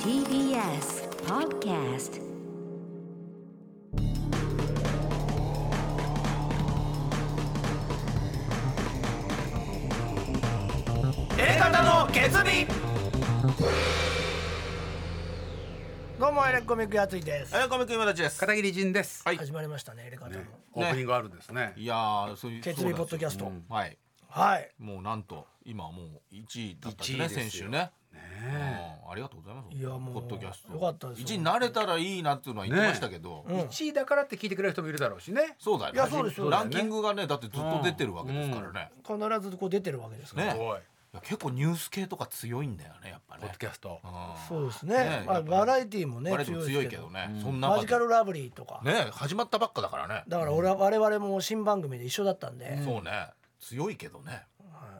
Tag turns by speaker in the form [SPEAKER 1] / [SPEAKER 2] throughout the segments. [SPEAKER 1] TBS Podcast
[SPEAKER 2] 方の決意どうもエレコミックやついです、
[SPEAKER 3] えー、亀くん今立ちです。
[SPEAKER 4] 片桐仁です、
[SPEAKER 3] はい
[SPEAKER 2] 始まりましたねエレ方の、
[SPEAKER 4] オープニングあるんですね
[SPEAKER 3] いやー、そういう。
[SPEAKER 2] 決意ポッドキャスト
[SPEAKER 3] そうなんですようんはい。
[SPEAKER 2] はい
[SPEAKER 3] もうなんと、今はもう一位だったんです
[SPEAKER 4] 一
[SPEAKER 3] ね、
[SPEAKER 4] 位ですよ
[SPEAKER 3] 先週ね。うんありがとうございます。
[SPEAKER 2] いやもう
[SPEAKER 3] ポッドキャスト。
[SPEAKER 2] よかったですよ
[SPEAKER 3] 一位になれたらいいなっていうのは言ってましたけど。
[SPEAKER 2] ん
[SPEAKER 4] 1位だからって聞いてくれる人もいるだろうしね
[SPEAKER 3] そうだよね。
[SPEAKER 2] いやそうですよ
[SPEAKER 3] ランキングがね、だってずっと出てるわけですからね。
[SPEAKER 2] 必ずこう出てるわけですから、
[SPEAKER 3] ね。
[SPEAKER 4] すごい
[SPEAKER 3] いや結構ニュース系とか強いんだよね、やっぱ
[SPEAKER 4] ポッ
[SPEAKER 3] ね
[SPEAKER 4] ド。キャスト
[SPEAKER 2] そうですね
[SPEAKER 3] ね
[SPEAKER 2] ま
[SPEAKER 3] や
[SPEAKER 2] あ、
[SPEAKER 3] っぱ
[SPEAKER 2] バラエティーもね
[SPEAKER 3] バレても強
[SPEAKER 2] 強い
[SPEAKER 3] い
[SPEAKER 2] け
[SPEAKER 3] け
[SPEAKER 2] ど
[SPEAKER 3] どね。そんな中で。
[SPEAKER 2] マジカルラブリーとか、
[SPEAKER 3] ね、始まったばっかだからね。
[SPEAKER 2] だから俺は我々も新番組で一緒だったんで、
[SPEAKER 3] そうね。強いけどね。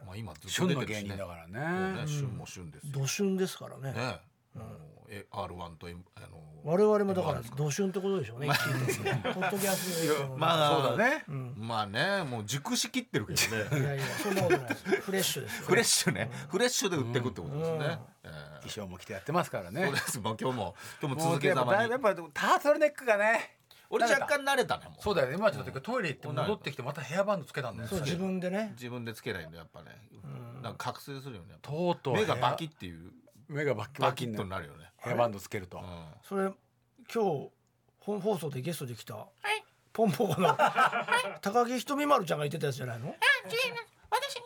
[SPEAKER 3] まあ今ずっと
[SPEAKER 4] 旬
[SPEAKER 3] 出
[SPEAKER 4] の
[SPEAKER 3] てる
[SPEAKER 4] 芸
[SPEAKER 3] し
[SPEAKER 4] 人
[SPEAKER 3] ね。
[SPEAKER 4] だから
[SPEAKER 3] そうね
[SPEAKER 4] ね
[SPEAKER 3] 旬も旬ですよ。
[SPEAKER 2] 土旬ですからね
[SPEAKER 3] ね、あのえ R1 と M あの
[SPEAKER 2] 我々もだか
[SPEAKER 3] M1
[SPEAKER 2] ら
[SPEAKER 3] です
[SPEAKER 2] 土旬ってことでしょうね聞い てポッドキャストで
[SPEAKER 3] まあ
[SPEAKER 4] そうだね
[SPEAKER 3] まあねもう熟しきってるけど
[SPEAKER 2] い
[SPEAKER 3] ね。
[SPEAKER 2] やいやそんなことないですフレッシュですよ
[SPEAKER 3] フレッシュね、フレッシュで売っていくってことですね。えー
[SPEAKER 4] 衣装も着てやってますから
[SPEAKER 3] そ
[SPEAKER 4] ね
[SPEAKER 3] うです。まあ今日も今日も
[SPEAKER 4] も
[SPEAKER 3] 続
[SPEAKER 4] うや
[SPEAKER 3] け
[SPEAKER 4] っぱだ
[SPEAKER 3] ざま
[SPEAKER 4] いぶ
[SPEAKER 3] に
[SPEAKER 4] やっ。ぱタートルネックがね
[SPEAKER 3] 俺
[SPEAKER 4] 慣れた
[SPEAKER 3] 若干慣れたねもう。
[SPEAKER 4] そうだよね今ちょっとトイレ行って戻ってきてまたヘアバンドつけたんだよ
[SPEAKER 2] そう自分でね
[SPEAKER 3] 自分でつけないんだやっぱね。なんか覚醒するよね。やっぱ
[SPEAKER 4] とうとう
[SPEAKER 3] 目が
[SPEAKER 4] ヘア
[SPEAKER 3] バキっていう
[SPEAKER 4] 目がバキ
[SPEAKER 3] バ
[SPEAKER 4] バ
[SPEAKER 3] キ
[SPEAKER 4] キ
[SPEAKER 3] ッ
[SPEAKER 4] ッ
[SPEAKER 3] と
[SPEAKER 4] と
[SPEAKER 3] なるよね。
[SPEAKER 4] ヘアバンドつけると
[SPEAKER 2] それ今日本放送でゲストで来た、ポンポコの高木ひとみまるちゃんが言ってたやつじゃないの
[SPEAKER 5] 違います。私に。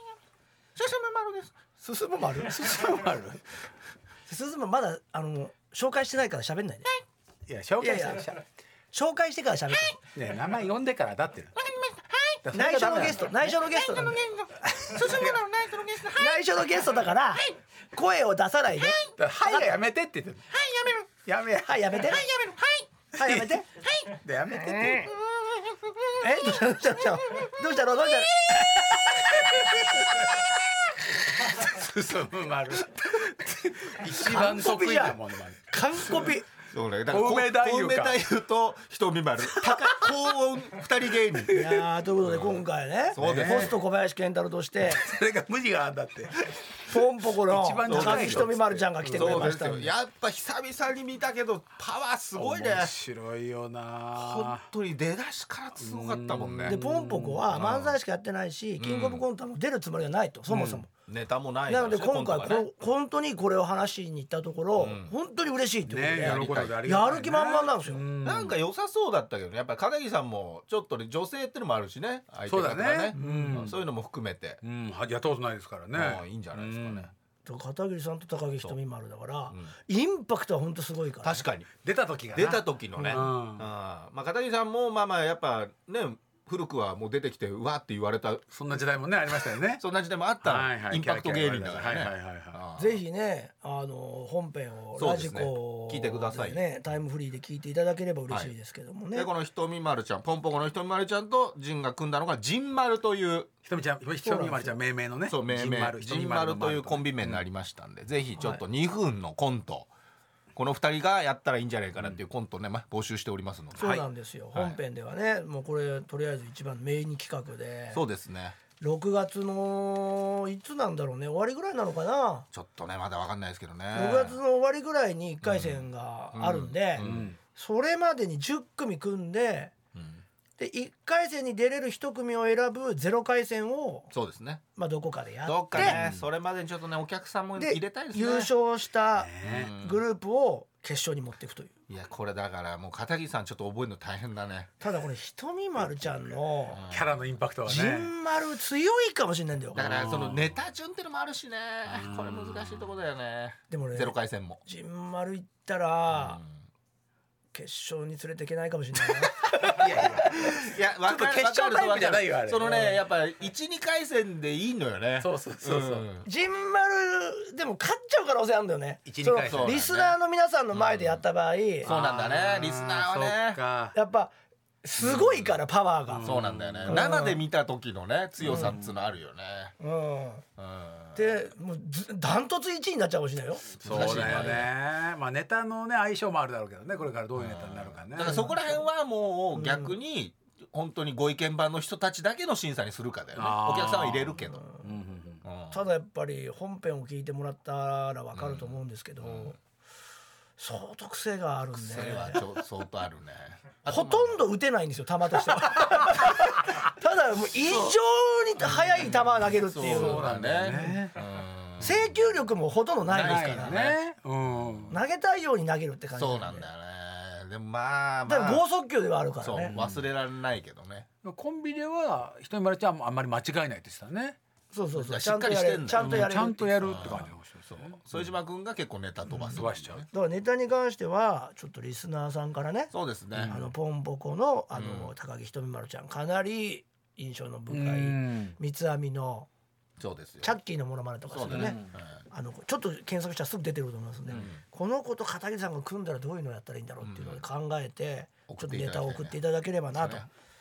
[SPEAKER 5] 進む丸です。
[SPEAKER 2] すすむまるすすむまるすすむまだあの紹介してないから喋んないで
[SPEAKER 4] いや紹介
[SPEAKER 2] いやいや
[SPEAKER 4] してる
[SPEAKER 2] 紹介してから喋って
[SPEAKER 4] いや名前呼んでからだってる
[SPEAKER 5] わかりました。は
[SPEAKER 4] だ
[SPEAKER 5] い。
[SPEAKER 4] から
[SPEAKER 2] 内
[SPEAKER 4] そ
[SPEAKER 2] 緒
[SPEAKER 4] れがダメなんだ
[SPEAKER 2] のゲスト内緒のゲスト
[SPEAKER 5] ナ
[SPEAKER 2] な
[SPEAKER 5] イト
[SPEAKER 2] ん
[SPEAKER 5] の
[SPEAKER 2] だ
[SPEAKER 5] ゲ
[SPEAKER 2] よ
[SPEAKER 5] スト。進む丸ナイトのゲスト。はい。はい。
[SPEAKER 2] 内緒のゲストだから声を出さないで
[SPEAKER 4] だからはいがやめてって言ってる
[SPEAKER 5] やめる。
[SPEAKER 4] やめや
[SPEAKER 2] はいやめて
[SPEAKER 5] はい。やめる。はい。
[SPEAKER 2] はいやめて
[SPEAKER 5] はい。
[SPEAKER 4] でやめてって
[SPEAKER 2] えどうしたどうしたどうしたのどうしたの
[SPEAKER 4] 進む丸 一番得意なものまで
[SPEAKER 2] 完コピ
[SPEAKER 3] そうね。だ
[SPEAKER 4] から小梅太夫か
[SPEAKER 3] 小梅太夫と瞳丸。高高音二人芸人。
[SPEAKER 2] いやーということで今回ね
[SPEAKER 3] そうです
[SPEAKER 2] ホスト小林健太郎として
[SPEAKER 4] それが無理があんだって
[SPEAKER 2] ポンポコの
[SPEAKER 4] 一番
[SPEAKER 2] 高
[SPEAKER 4] 高い
[SPEAKER 2] 木
[SPEAKER 4] よ
[SPEAKER 2] ひとみまるちゃんが来てくれ
[SPEAKER 3] そう
[SPEAKER 2] ま
[SPEAKER 3] で
[SPEAKER 2] し
[SPEAKER 3] す
[SPEAKER 2] たん
[SPEAKER 3] よ。
[SPEAKER 2] で
[SPEAKER 3] やっぱ久々に見たけどパワーすごいね。
[SPEAKER 4] 面白いよ
[SPEAKER 3] 本
[SPEAKER 4] な
[SPEAKER 3] 当に出だしからすごかったもんね
[SPEAKER 2] でポンポコは漫才しかやってないし、キングオブコントも出るつもりがないとそもそも、
[SPEAKER 3] ネタもない
[SPEAKER 2] なので今回こ
[SPEAKER 3] こ
[SPEAKER 2] の、本当にこれを話しに行ったところ、本当に嬉しいってことで、
[SPEAKER 4] ね喜んでありが
[SPEAKER 2] や
[SPEAKER 4] たいね
[SPEAKER 2] る気満々なんですよ、
[SPEAKER 3] なんか良さそうだったけどねやっぱり片桐さんもちょっとね女性ってのもあるしね相手方が
[SPEAKER 4] そうだね
[SPEAKER 3] うんそういうのも含めて、
[SPEAKER 4] うんはやったことないですから
[SPEAKER 3] もう
[SPEAKER 4] ね
[SPEAKER 3] いいんじゃないですかね、
[SPEAKER 2] 片桐さんと高木ひとみ丸だから、インパクトは本当すごいから
[SPEAKER 3] 確かに
[SPEAKER 4] 出た時が
[SPEAKER 3] 出た
[SPEAKER 4] 時
[SPEAKER 3] 時のね、
[SPEAKER 4] うん
[SPEAKER 3] あーまあ、片桐さんもまあまあやっぱね古くはもう出てきてうわって言われた
[SPEAKER 4] そんな時代もねありましたよね
[SPEAKER 3] そんな時代もあったの、
[SPEAKER 4] はいはい
[SPEAKER 3] インパクト芸人だからね、
[SPEAKER 4] はいはいはいはい
[SPEAKER 3] あー
[SPEAKER 2] ぜひねあの本編をラジコ、
[SPEAKER 3] そうですね聞いてください
[SPEAKER 2] ねタイムフリーで聞いていただければ嬉しいですけどもね、
[SPEAKER 3] でこのひとみまるちゃんポンポコのひとみまるちゃんとジンが組んだのがジンマルという
[SPEAKER 4] ひとみちゃんひとみまるちゃん命名のね
[SPEAKER 3] そう命名ジ
[SPEAKER 4] ジ
[SPEAKER 3] ン
[SPEAKER 4] ン
[SPEAKER 3] マ
[SPEAKER 4] マ
[SPEAKER 3] ル
[SPEAKER 4] ル
[SPEAKER 3] というコン
[SPEAKER 4] ビ
[SPEAKER 3] ビ名になりましたんで、ぜひちょっと2分のコント、この2人がやったらいいんじゃないかなっていうコントね、まあ、募集しておりますので
[SPEAKER 2] そうな
[SPEAKER 3] はい
[SPEAKER 2] んですよ、
[SPEAKER 3] はい
[SPEAKER 2] 本編ではねもうこれとりあえず一番メイン企画で
[SPEAKER 3] そうですね
[SPEAKER 2] 6月のいつなんだろうね終わりぐらいなのかな、
[SPEAKER 3] ちょっとねまだわかんないですけどね
[SPEAKER 2] 6月の終わりぐらいに1回戦があるんで、それまでに10組組んでで1回戦に出れる1組を選ぶ0回戦を、
[SPEAKER 3] そうですね
[SPEAKER 2] まあ、どこかでや
[SPEAKER 3] どっ
[SPEAKER 2] っ
[SPEAKER 3] か
[SPEAKER 2] て、
[SPEAKER 3] ねそれまでにちょっとねお客さんも
[SPEAKER 2] で
[SPEAKER 3] 入れたいですね
[SPEAKER 2] 優勝した
[SPEAKER 3] ね
[SPEAKER 2] グループを決勝に持っていくという。
[SPEAKER 3] いやこれだからもう片桐さんちょっと覚えるの大変だね
[SPEAKER 2] ただこれひとみまるちゃんの
[SPEAKER 4] キャラのインパクトは
[SPEAKER 2] じ
[SPEAKER 4] ね
[SPEAKER 2] んまる強いかもしれないんだよ
[SPEAKER 3] だからそのネタ順ってのもあるしねこれ難しいとこだよね
[SPEAKER 2] でもね
[SPEAKER 3] ゼロ回戦も
[SPEAKER 2] じんまる行ったら決勝に連れていけないかもしれないな
[SPEAKER 3] いや、わかる
[SPEAKER 4] ちょっと決勝タイプじゃないよあれ
[SPEAKER 3] そのね、やっぱ一二回戦でいいのよね。
[SPEAKER 4] そうそうそうそうん
[SPEAKER 2] じんまるでも勝っちゃう可能性あるんだよね
[SPEAKER 4] 一
[SPEAKER 2] その
[SPEAKER 4] 二回戦だね
[SPEAKER 2] リスナーの皆さんの前でやった場合、
[SPEAKER 3] そうなんだね
[SPEAKER 4] あ、
[SPEAKER 3] リスナーは
[SPEAKER 4] そっ
[SPEAKER 3] ね。
[SPEAKER 4] か
[SPEAKER 2] やっぱすごいからパワーが、うん
[SPEAKER 3] そうなんだよね。生で見た時のね、強さっつうのあるよね。うん
[SPEAKER 2] でもうずダントツ1位になっちゃうかもしれないよ
[SPEAKER 4] そうだよねまあネタのね相性もあるだろうけどねこれからどういうネタになるかね
[SPEAKER 3] だからそこら辺はもう逆に、本当にご意見番の人たちだけの審査にするかだよね。
[SPEAKER 4] あー
[SPEAKER 3] お客さんは入れるけど。
[SPEAKER 4] うんうんうん
[SPEAKER 3] うん
[SPEAKER 2] ただやっぱり本編を聞いてもらったら分かると思うんですけど、相当癖があるんで
[SPEAKER 3] それはちょ相当ある ねあ
[SPEAKER 2] ほとんど打てないんですよ球としては ただもう異常に速い球投げるっていう
[SPEAKER 3] そうだね
[SPEAKER 4] ね
[SPEAKER 3] うん
[SPEAKER 2] 制球力もほとんどないですから、
[SPEAKER 4] ね。うん。
[SPEAKER 2] 投げたいように投げるって感じ
[SPEAKER 3] そうなんだよねでもまあま
[SPEAKER 2] だ
[SPEAKER 3] あ
[SPEAKER 2] から剛速球ではあるから
[SPEAKER 3] そう
[SPEAKER 2] ね
[SPEAKER 3] 忘れられないけどね
[SPEAKER 4] コンビでは人に言われちゃあんまり間違えないって言ってたね。
[SPEAKER 2] そうそうそう
[SPEAKER 3] し
[SPEAKER 2] ちゃ
[SPEAKER 3] っ
[SPEAKER 2] ん
[SPEAKER 3] か
[SPEAKER 2] と
[SPEAKER 3] り
[SPEAKER 2] や
[SPEAKER 3] して
[SPEAKER 2] れ
[SPEAKER 3] んだ
[SPEAKER 2] るちゃんとやれ
[SPEAKER 4] ちゃ
[SPEAKER 2] る
[SPEAKER 4] んとやるって感じが面白いです
[SPEAKER 3] そ
[SPEAKER 4] よ
[SPEAKER 3] う
[SPEAKER 4] ね。
[SPEAKER 3] 副島君が結構ネタ飛ばす
[SPEAKER 4] 飛ばしちゃう
[SPEAKER 2] だからネタに関してはちょっとリスナーさんからね
[SPEAKER 3] そうですね
[SPEAKER 2] あのポンポコのあの、高木ひとみまるちゃんかなり印象の深い、三つ編みの
[SPEAKER 3] そうですよ
[SPEAKER 2] チャッキーのモノマネとかで
[SPEAKER 3] そう
[SPEAKER 2] す
[SPEAKER 3] だ
[SPEAKER 2] よ
[SPEAKER 3] ね
[SPEAKER 2] ねあのちょっと検索したらすぐ出てくると思いますんで、この子と片桐さんが組んだらどういうのをやったらいいんだろうっていうのを考えて、
[SPEAKER 3] うん
[SPEAKER 2] ちょっとネタを送っていただければなと、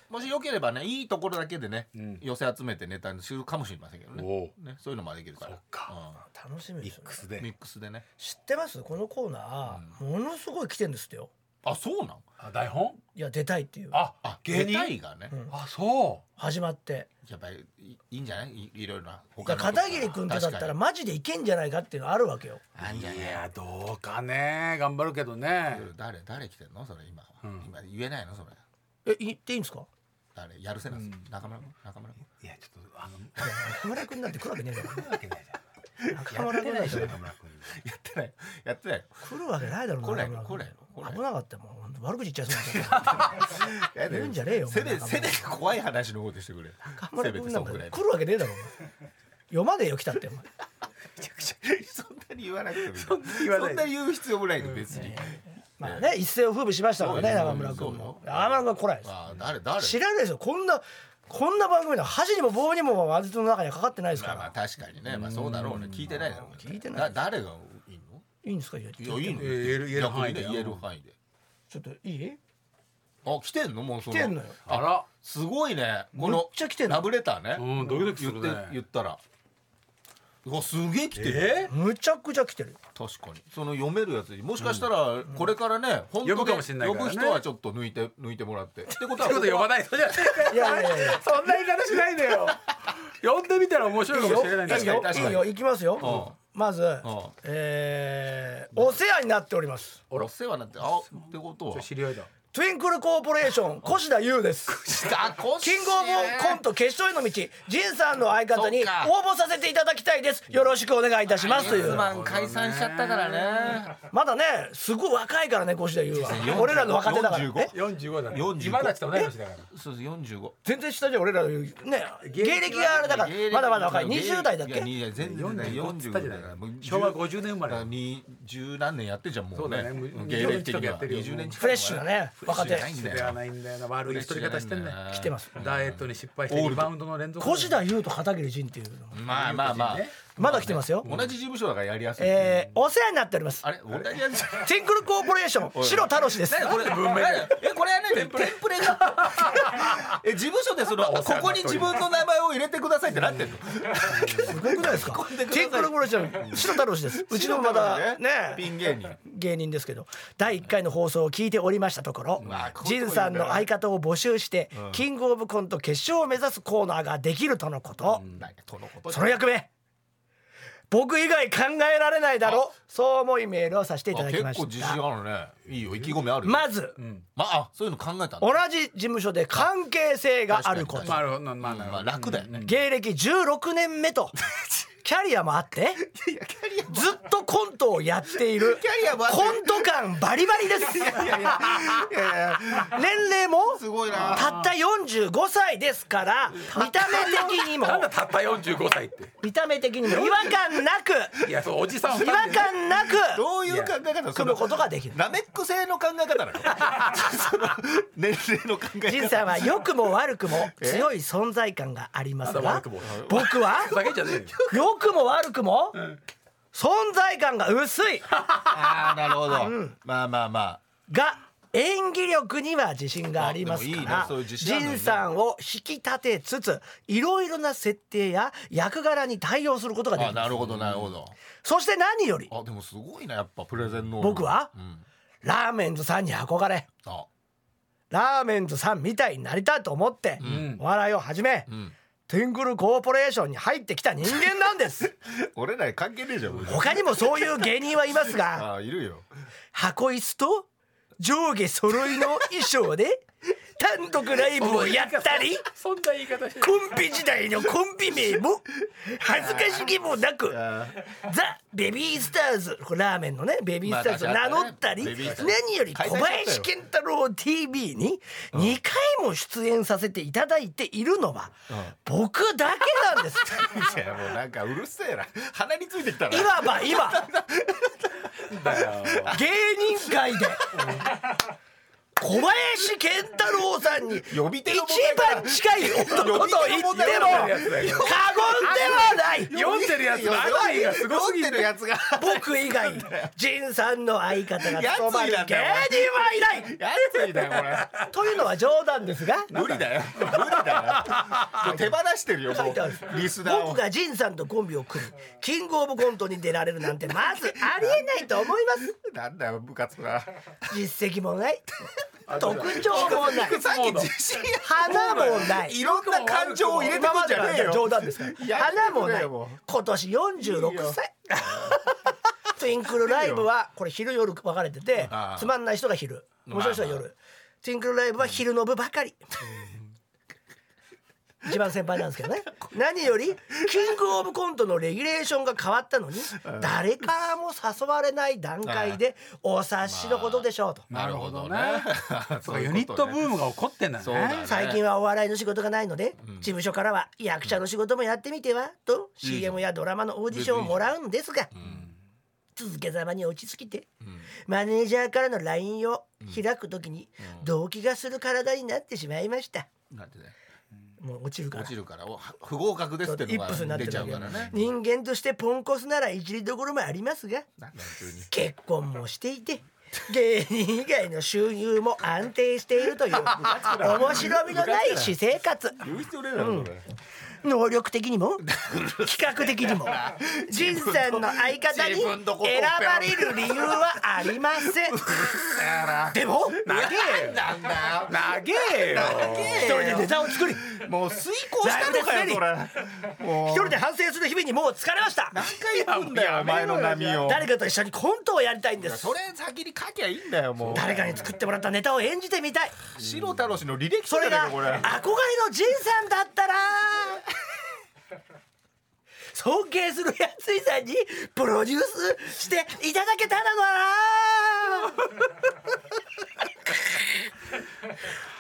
[SPEAKER 3] もしよければねいいところだけでね
[SPEAKER 4] うん
[SPEAKER 3] 寄せ集めてネタにするかもしれませんけどね
[SPEAKER 4] おお。
[SPEAKER 3] ねそういうのもできるから
[SPEAKER 4] そっか
[SPEAKER 2] 楽しみですよね
[SPEAKER 4] X
[SPEAKER 3] うんミ
[SPEAKER 4] で。
[SPEAKER 3] ックスでね
[SPEAKER 2] 知ってますこのコーナー、ものすごい来てんですってよ
[SPEAKER 3] あそうなん
[SPEAKER 4] あ台本？
[SPEAKER 2] いや出たいっていう
[SPEAKER 4] あ
[SPEAKER 3] あ
[SPEAKER 4] 芸
[SPEAKER 3] 出たい
[SPEAKER 4] 人。
[SPEAKER 3] がね
[SPEAKER 2] うん
[SPEAKER 4] あそ
[SPEAKER 2] 始まって
[SPEAKER 3] やっぱりいいいんじゃないいいろいろな
[SPEAKER 2] だから片桐君とだったら
[SPEAKER 3] 確
[SPEAKER 2] マジでいけんじゃないかっていうのあるわけよ
[SPEAKER 3] かにあん
[SPEAKER 4] う。い
[SPEAKER 3] じゃない
[SPEAKER 4] やどうかね頑張るけどね。
[SPEAKER 3] 誰誰来てんのそれ今
[SPEAKER 4] うん
[SPEAKER 3] 今言えないのそれ
[SPEAKER 2] え言っていいんですか
[SPEAKER 3] 誰やるせなんす中村君中村君
[SPEAKER 4] いやちょっとあの
[SPEAKER 2] 中村君なんて来るわけねえだ
[SPEAKER 4] わけないじゃん。
[SPEAKER 2] ろ中 村君なんて来
[SPEAKER 4] 中村君。
[SPEAKER 3] やってないやってないよ
[SPEAKER 2] るわけないだろ
[SPEAKER 3] 来ない
[SPEAKER 2] 中村君
[SPEAKER 3] 来ない来ない
[SPEAKER 2] 危なかったよもうほんと悪口言っちゃいそうになっちゃった
[SPEAKER 3] や
[SPEAKER 2] 言うんじゃねえよ
[SPEAKER 3] せめ
[SPEAKER 2] お前
[SPEAKER 3] せめて怖い話の方でしてくれ
[SPEAKER 2] 中 村
[SPEAKER 3] せめ
[SPEAKER 2] 君な
[SPEAKER 3] てそ
[SPEAKER 2] ん
[SPEAKER 3] ん
[SPEAKER 2] か
[SPEAKER 3] く
[SPEAKER 2] 来
[SPEAKER 3] らい
[SPEAKER 2] るわけねえだろお前読まねえよ来たってお前
[SPEAKER 3] そんなに言わなくてもいいそん
[SPEAKER 4] 言わない
[SPEAKER 3] なに言う必要もないの別に
[SPEAKER 2] まあね一世を風靡しましたからね
[SPEAKER 3] そうよ
[SPEAKER 2] 中村君も
[SPEAKER 3] そうよ
[SPEAKER 2] 中村君は来ないです
[SPEAKER 3] あ誰誰
[SPEAKER 2] 知らないですよこんなこんな番組の箸にも棒にも味の中にはかかってないです
[SPEAKER 3] ま
[SPEAKER 2] か
[SPEAKER 3] あまあ
[SPEAKER 2] ら
[SPEAKER 3] 確かにねまあそうだろうね聞いてないだろうね
[SPEAKER 2] 聞いてない
[SPEAKER 3] だ誰がいいの
[SPEAKER 2] いいんですかいや
[SPEAKER 3] いやいいの
[SPEAKER 4] 言える言える範囲で
[SPEAKER 3] 逆にね言える範囲で
[SPEAKER 2] ちょっといい
[SPEAKER 3] あ来てんのもうそ
[SPEAKER 2] 来てんのよ
[SPEAKER 4] あら。
[SPEAKER 3] すごいね
[SPEAKER 2] む
[SPEAKER 3] こ
[SPEAKER 2] っ
[SPEAKER 3] の
[SPEAKER 2] ちゃ来てんの
[SPEAKER 3] ラブレターね
[SPEAKER 4] うんドキドキす
[SPEAKER 3] 言
[SPEAKER 4] る
[SPEAKER 3] っ
[SPEAKER 4] ね
[SPEAKER 3] て。言ったらうわすげえ来てる
[SPEAKER 4] え
[SPEAKER 2] むちゃくちゃ来てる
[SPEAKER 3] 確かにその読めるやつにもしかしたらこれからね本当で
[SPEAKER 4] 呼ぶかもしれないからね
[SPEAKER 3] 呼ぶ人はちょっと抜いて抜いてもらってってことは
[SPEAKER 4] ってこと呼ばないとじゃない
[SPEAKER 2] いやいやいや
[SPEAKER 4] そんな言い方しないでよ。呼んでみたら面白いかもしれないんだ
[SPEAKER 2] い
[SPEAKER 4] け
[SPEAKER 2] い
[SPEAKER 4] ど
[SPEAKER 2] よ
[SPEAKER 3] 確かに
[SPEAKER 2] いいよいきますよまずえーお世話になっております
[SPEAKER 3] お世話になってあってことは
[SPEAKER 4] 知り合いだ。
[SPEAKER 2] トゥインクルコーポレーション越田優です
[SPEAKER 3] あこっし
[SPEAKER 2] キ
[SPEAKER 3] ー
[SPEAKER 2] ングオブコント決勝への道仁さんの相方に応
[SPEAKER 3] そっか
[SPEAKER 2] 募させていただきたいですよろしくお願いいたしますとい
[SPEAKER 3] イエス
[SPEAKER 2] う
[SPEAKER 3] マン解散しちゃったからね
[SPEAKER 2] まだねすごい若いからね越田優は
[SPEAKER 3] 45
[SPEAKER 2] 俺らの若手だから
[SPEAKER 3] 45
[SPEAKER 2] え
[SPEAKER 4] 四十五だね。
[SPEAKER 3] 45
[SPEAKER 4] 今たちと同い年だから。
[SPEAKER 3] そうです45
[SPEAKER 2] 全然下じゃん俺らのね
[SPEAKER 4] 芸歴は
[SPEAKER 2] 芸歴があれだから
[SPEAKER 3] 芸歴
[SPEAKER 2] まだまだ若い
[SPEAKER 3] 芸歴
[SPEAKER 2] 20代だっけ
[SPEAKER 3] いやいや全然だ
[SPEAKER 4] 45
[SPEAKER 3] よ45
[SPEAKER 4] っつったじゃ
[SPEAKER 3] だ
[SPEAKER 4] ない
[SPEAKER 3] からもう
[SPEAKER 4] 昭和50年生まれ
[SPEAKER 3] だから20何年やってんじゃんもうね
[SPEAKER 4] そうだねもう
[SPEAKER 3] うん芸歴的に
[SPEAKER 4] 20年近くや
[SPEAKER 3] は
[SPEAKER 4] ってるよ
[SPEAKER 3] 20年近く
[SPEAKER 2] フレッシュなね若手
[SPEAKER 3] フレッシュじゃ
[SPEAKER 4] では
[SPEAKER 3] ないんだ
[SPEAKER 4] ない
[SPEAKER 3] よ
[SPEAKER 4] んだよな悪い太り方してんね
[SPEAKER 3] フレッシュじゃないんだよな
[SPEAKER 2] 来てます
[SPEAKER 4] ダイエットに失敗してリバウンドの連続
[SPEAKER 2] 越田優と片桐仁っていうの
[SPEAKER 3] まあまあまあ
[SPEAKER 2] まだ来てますよ
[SPEAKER 3] 同じ事務所だからやりやすい
[SPEAKER 2] えーお世話になっております
[SPEAKER 3] あれ同じやつ
[SPEAKER 2] ティンクルコーポレーション白太郎氏です
[SPEAKER 3] これ文明えこれは何テンプレが え事務所でそのここに自分の名前を入れてくださいってな ってんの
[SPEAKER 2] すごくないですかティンクルコーポレーション白太郎氏 ですうちのまだね
[SPEAKER 3] ピン芸人
[SPEAKER 2] 芸人ですけど第1回の放送を聞いておりましたところ
[SPEAKER 3] わあこう
[SPEAKER 2] ジ
[SPEAKER 3] いうとこ
[SPEAKER 2] ンさんの相方を募集して
[SPEAKER 3] ん
[SPEAKER 2] キングオブコント決勝を目指すコーナーができるとのこと
[SPEAKER 3] なんかとのこと
[SPEAKER 2] その役目僕以外考えられないだろうそう思いメールをさせていただき
[SPEAKER 3] 結
[SPEAKER 2] ま
[SPEAKER 3] 構
[SPEAKER 2] し
[SPEAKER 3] 自信
[SPEAKER 2] た
[SPEAKER 3] あるねいいよ意気込みあるよ
[SPEAKER 2] まず
[SPEAKER 3] まあそういうの考えたんだ
[SPEAKER 2] 同じ事務所で関係性があるこ
[SPEAKER 3] 確かに確か
[SPEAKER 2] と
[SPEAKER 3] に
[SPEAKER 4] まあまあまあ
[SPEAKER 3] まあ楽だよね
[SPEAKER 2] 芸歴16年目 とキャリアもあってずっとコントをやっている
[SPEAKER 3] キャリアもあって
[SPEAKER 2] コント感バリバリです年齢も
[SPEAKER 3] すごいな
[SPEAKER 2] たった45歳ですから見た目的にも
[SPEAKER 4] なんだたった45歳って
[SPEAKER 2] 見た目的にも違和感なく
[SPEAKER 4] いやそうおじさん
[SPEAKER 2] 違和感なく
[SPEAKER 3] どういう考え方
[SPEAKER 2] 組
[SPEAKER 3] その
[SPEAKER 2] むことができる
[SPEAKER 3] ラメック製の考え方 なのその年齢の考え
[SPEAKER 2] 仁
[SPEAKER 3] 方
[SPEAKER 2] さんは良くも悪くも強い存在感があります
[SPEAKER 4] なんだ
[SPEAKER 2] が
[SPEAKER 4] 悪くも
[SPEAKER 2] 僕 は
[SPEAKER 4] ふざけんじゃねえよ
[SPEAKER 2] 良くも悪くも存在感が薄い
[SPEAKER 3] ああなるほど、まあまあまあ
[SPEAKER 2] が演技力には自信がありますか
[SPEAKER 3] あ
[SPEAKER 2] ら
[SPEAKER 3] でもいいねそういう自信あるのにね
[SPEAKER 2] 仁さんを引き立てつついろいろな設定や役柄に対応することがで
[SPEAKER 3] あ
[SPEAKER 2] きま
[SPEAKER 3] な
[SPEAKER 2] す
[SPEAKER 3] るほどなるほど
[SPEAKER 2] そして何より
[SPEAKER 3] あでもすごいなやっぱプレゼン能力
[SPEAKER 2] 僕は
[SPEAKER 3] うん、
[SPEAKER 2] ラーメンズさんに憧れ
[SPEAKER 3] あ
[SPEAKER 2] ラーメンズさんみたいになりたいと思って
[SPEAKER 4] ん
[SPEAKER 2] お笑いを始め
[SPEAKER 3] うん
[SPEAKER 2] テングルコーポレーションに入ってきた人間なん です
[SPEAKER 3] 俺らに関係ねえじゃんもう
[SPEAKER 2] 他にもそういう芸人はいますが
[SPEAKER 3] ああいるよ
[SPEAKER 2] 箱椅子と上下揃いの衣装で単独ライブをやったり
[SPEAKER 4] そんな言い方して
[SPEAKER 2] コンビ時代のコンビ名も恥ずかしげもなく
[SPEAKER 3] あ
[SPEAKER 2] ザ・ベビースターズラーメンのねベビースターズを名乗ったり
[SPEAKER 3] まあ確かにね
[SPEAKER 2] 何より小林健太郎 TV に2回も出演させていただいているのは僕だけ なんです
[SPEAKER 3] あいやもうなんかうるせえな鼻についてきたない
[SPEAKER 2] わば今芸人界で小林健太郎さんに一
[SPEAKER 3] 呼び手の問題か
[SPEAKER 2] 番近い男と言っても過言ではない
[SPEAKER 4] 読んでるやつの悪意がすごすぎ
[SPEAKER 3] 酔ってるやつが
[SPEAKER 2] 僕以外仁さんの相方が務まる芸人はいない
[SPEAKER 3] やついだよこ
[SPEAKER 2] というのは冗談ですが
[SPEAKER 3] れ無理だよ無理だよ手放してるよも
[SPEAKER 2] 書いてある
[SPEAKER 3] うリスナーを
[SPEAKER 2] 僕が仁さんとコンビを組みキングオブコントに出られるなんてまずありえないと思いま
[SPEAKER 3] なんだよ部活が
[SPEAKER 2] す実績もない特徴もない
[SPEAKER 3] さっき自信
[SPEAKER 2] 花もない
[SPEAKER 3] いろんな感情を入れて
[SPEAKER 2] 今
[SPEAKER 3] く
[SPEAKER 2] ま
[SPEAKER 3] んじ
[SPEAKER 2] で
[SPEAKER 3] ゃ
[SPEAKER 2] は
[SPEAKER 3] ねえよ
[SPEAKER 2] 冗談ですから花もない
[SPEAKER 3] やめてくれよもう
[SPEAKER 2] 今年46歳ツインクルライブはこれ昼夜分かれてて
[SPEAKER 3] ああ
[SPEAKER 2] つまんない人が昼面白い人が夜、
[SPEAKER 3] ま
[SPEAKER 2] ツインクルライブは昼の部ばかり一番先輩なんですけどね何よりキングオブコントのレギュレーションが変わったのに誰からも誘われない段階でお察しのことでしょうと
[SPEAKER 4] なるほどね
[SPEAKER 3] そういうことね
[SPEAKER 4] ユニットブームが起こってんだね
[SPEAKER 3] そうだね
[SPEAKER 2] 最近はお笑いの仕事がないので、事務所からは役者の仕事もやってみてはと CM やドラマのオーディションをもらうんですが、続けざまに落ち着きて、マネージャーからの LINE を開くときに動悸がする体になってしまいました。
[SPEAKER 3] なんてね
[SPEAKER 2] もう落ちるから
[SPEAKER 3] 落ちるからお不合格ですって
[SPEAKER 2] イ
[SPEAKER 3] の
[SPEAKER 2] ップスにな
[SPEAKER 3] が
[SPEAKER 2] ってる
[SPEAKER 3] 出ちゃ
[SPEAKER 2] だ
[SPEAKER 3] う
[SPEAKER 2] け
[SPEAKER 3] からね
[SPEAKER 2] 人間としてポンコツならいじりどころもありますが
[SPEAKER 3] なんだよ急に
[SPEAKER 2] 結婚もしていて芸人以外の収入も安定していると いう面白みのない私生活。
[SPEAKER 3] 言う必要ねえだろそれ
[SPEAKER 2] 能力的にも企画的にも仁さんの相方に
[SPEAKER 3] 自
[SPEAKER 2] 選
[SPEAKER 3] 分のことをペロ
[SPEAKER 2] ばれる理由はありませんでも
[SPEAKER 3] なんだよ
[SPEAKER 4] 長えよ
[SPEAKER 2] 一人でネタを作り
[SPEAKER 3] もう遂行したのかよそれもう
[SPEAKER 2] 一人で反省する日々にもう疲れました
[SPEAKER 3] 何回行くんだよお前の波を
[SPEAKER 2] 誰かと一緒にコントをやりたいんです
[SPEAKER 3] それ先に書きゃいいんだよもう
[SPEAKER 2] 誰かに作ってもらったネタを演じてみたい
[SPEAKER 3] 白太郎氏の履歴書
[SPEAKER 2] それが
[SPEAKER 3] だ
[SPEAKER 2] 憧
[SPEAKER 3] よこ
[SPEAKER 2] れ
[SPEAKER 3] れ
[SPEAKER 2] の仁さんだったら 尊敬するやついさんにプロデュースしていただけたらな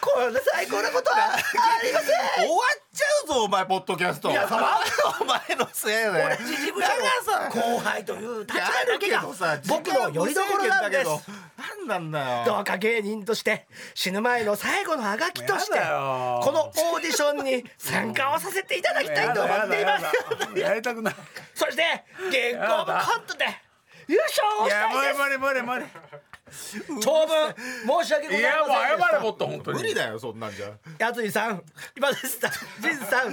[SPEAKER 2] こんな最高な ことはありません
[SPEAKER 3] 終わっちゃうぞお前ポッドキャスト
[SPEAKER 2] いやそ
[SPEAKER 3] お前のせいだよ
[SPEAKER 2] 同じ事務所の後輩という立場だけが僕のよりどころなんです
[SPEAKER 3] 何なんだ
[SPEAKER 2] ど
[SPEAKER 3] よ
[SPEAKER 2] うか芸人として死ぬ前の最後のハガキとして
[SPEAKER 4] やだよ
[SPEAKER 2] このオーディションに参加をさせていただきたいと思っています
[SPEAKER 4] やりたくない
[SPEAKER 2] そして原稿もコントで優勝を
[SPEAKER 4] い
[SPEAKER 2] し
[SPEAKER 4] や無
[SPEAKER 2] た
[SPEAKER 4] 理
[SPEAKER 2] いです
[SPEAKER 4] 無理無理無理
[SPEAKER 2] 当分申し訳ござ
[SPEAKER 4] い
[SPEAKER 2] い
[SPEAKER 4] やもう
[SPEAKER 2] ませんでし
[SPEAKER 4] 謝れもっと本当に
[SPEAKER 3] 無理だよそんなんじゃ
[SPEAKER 2] たやついさん今ですさんじんさん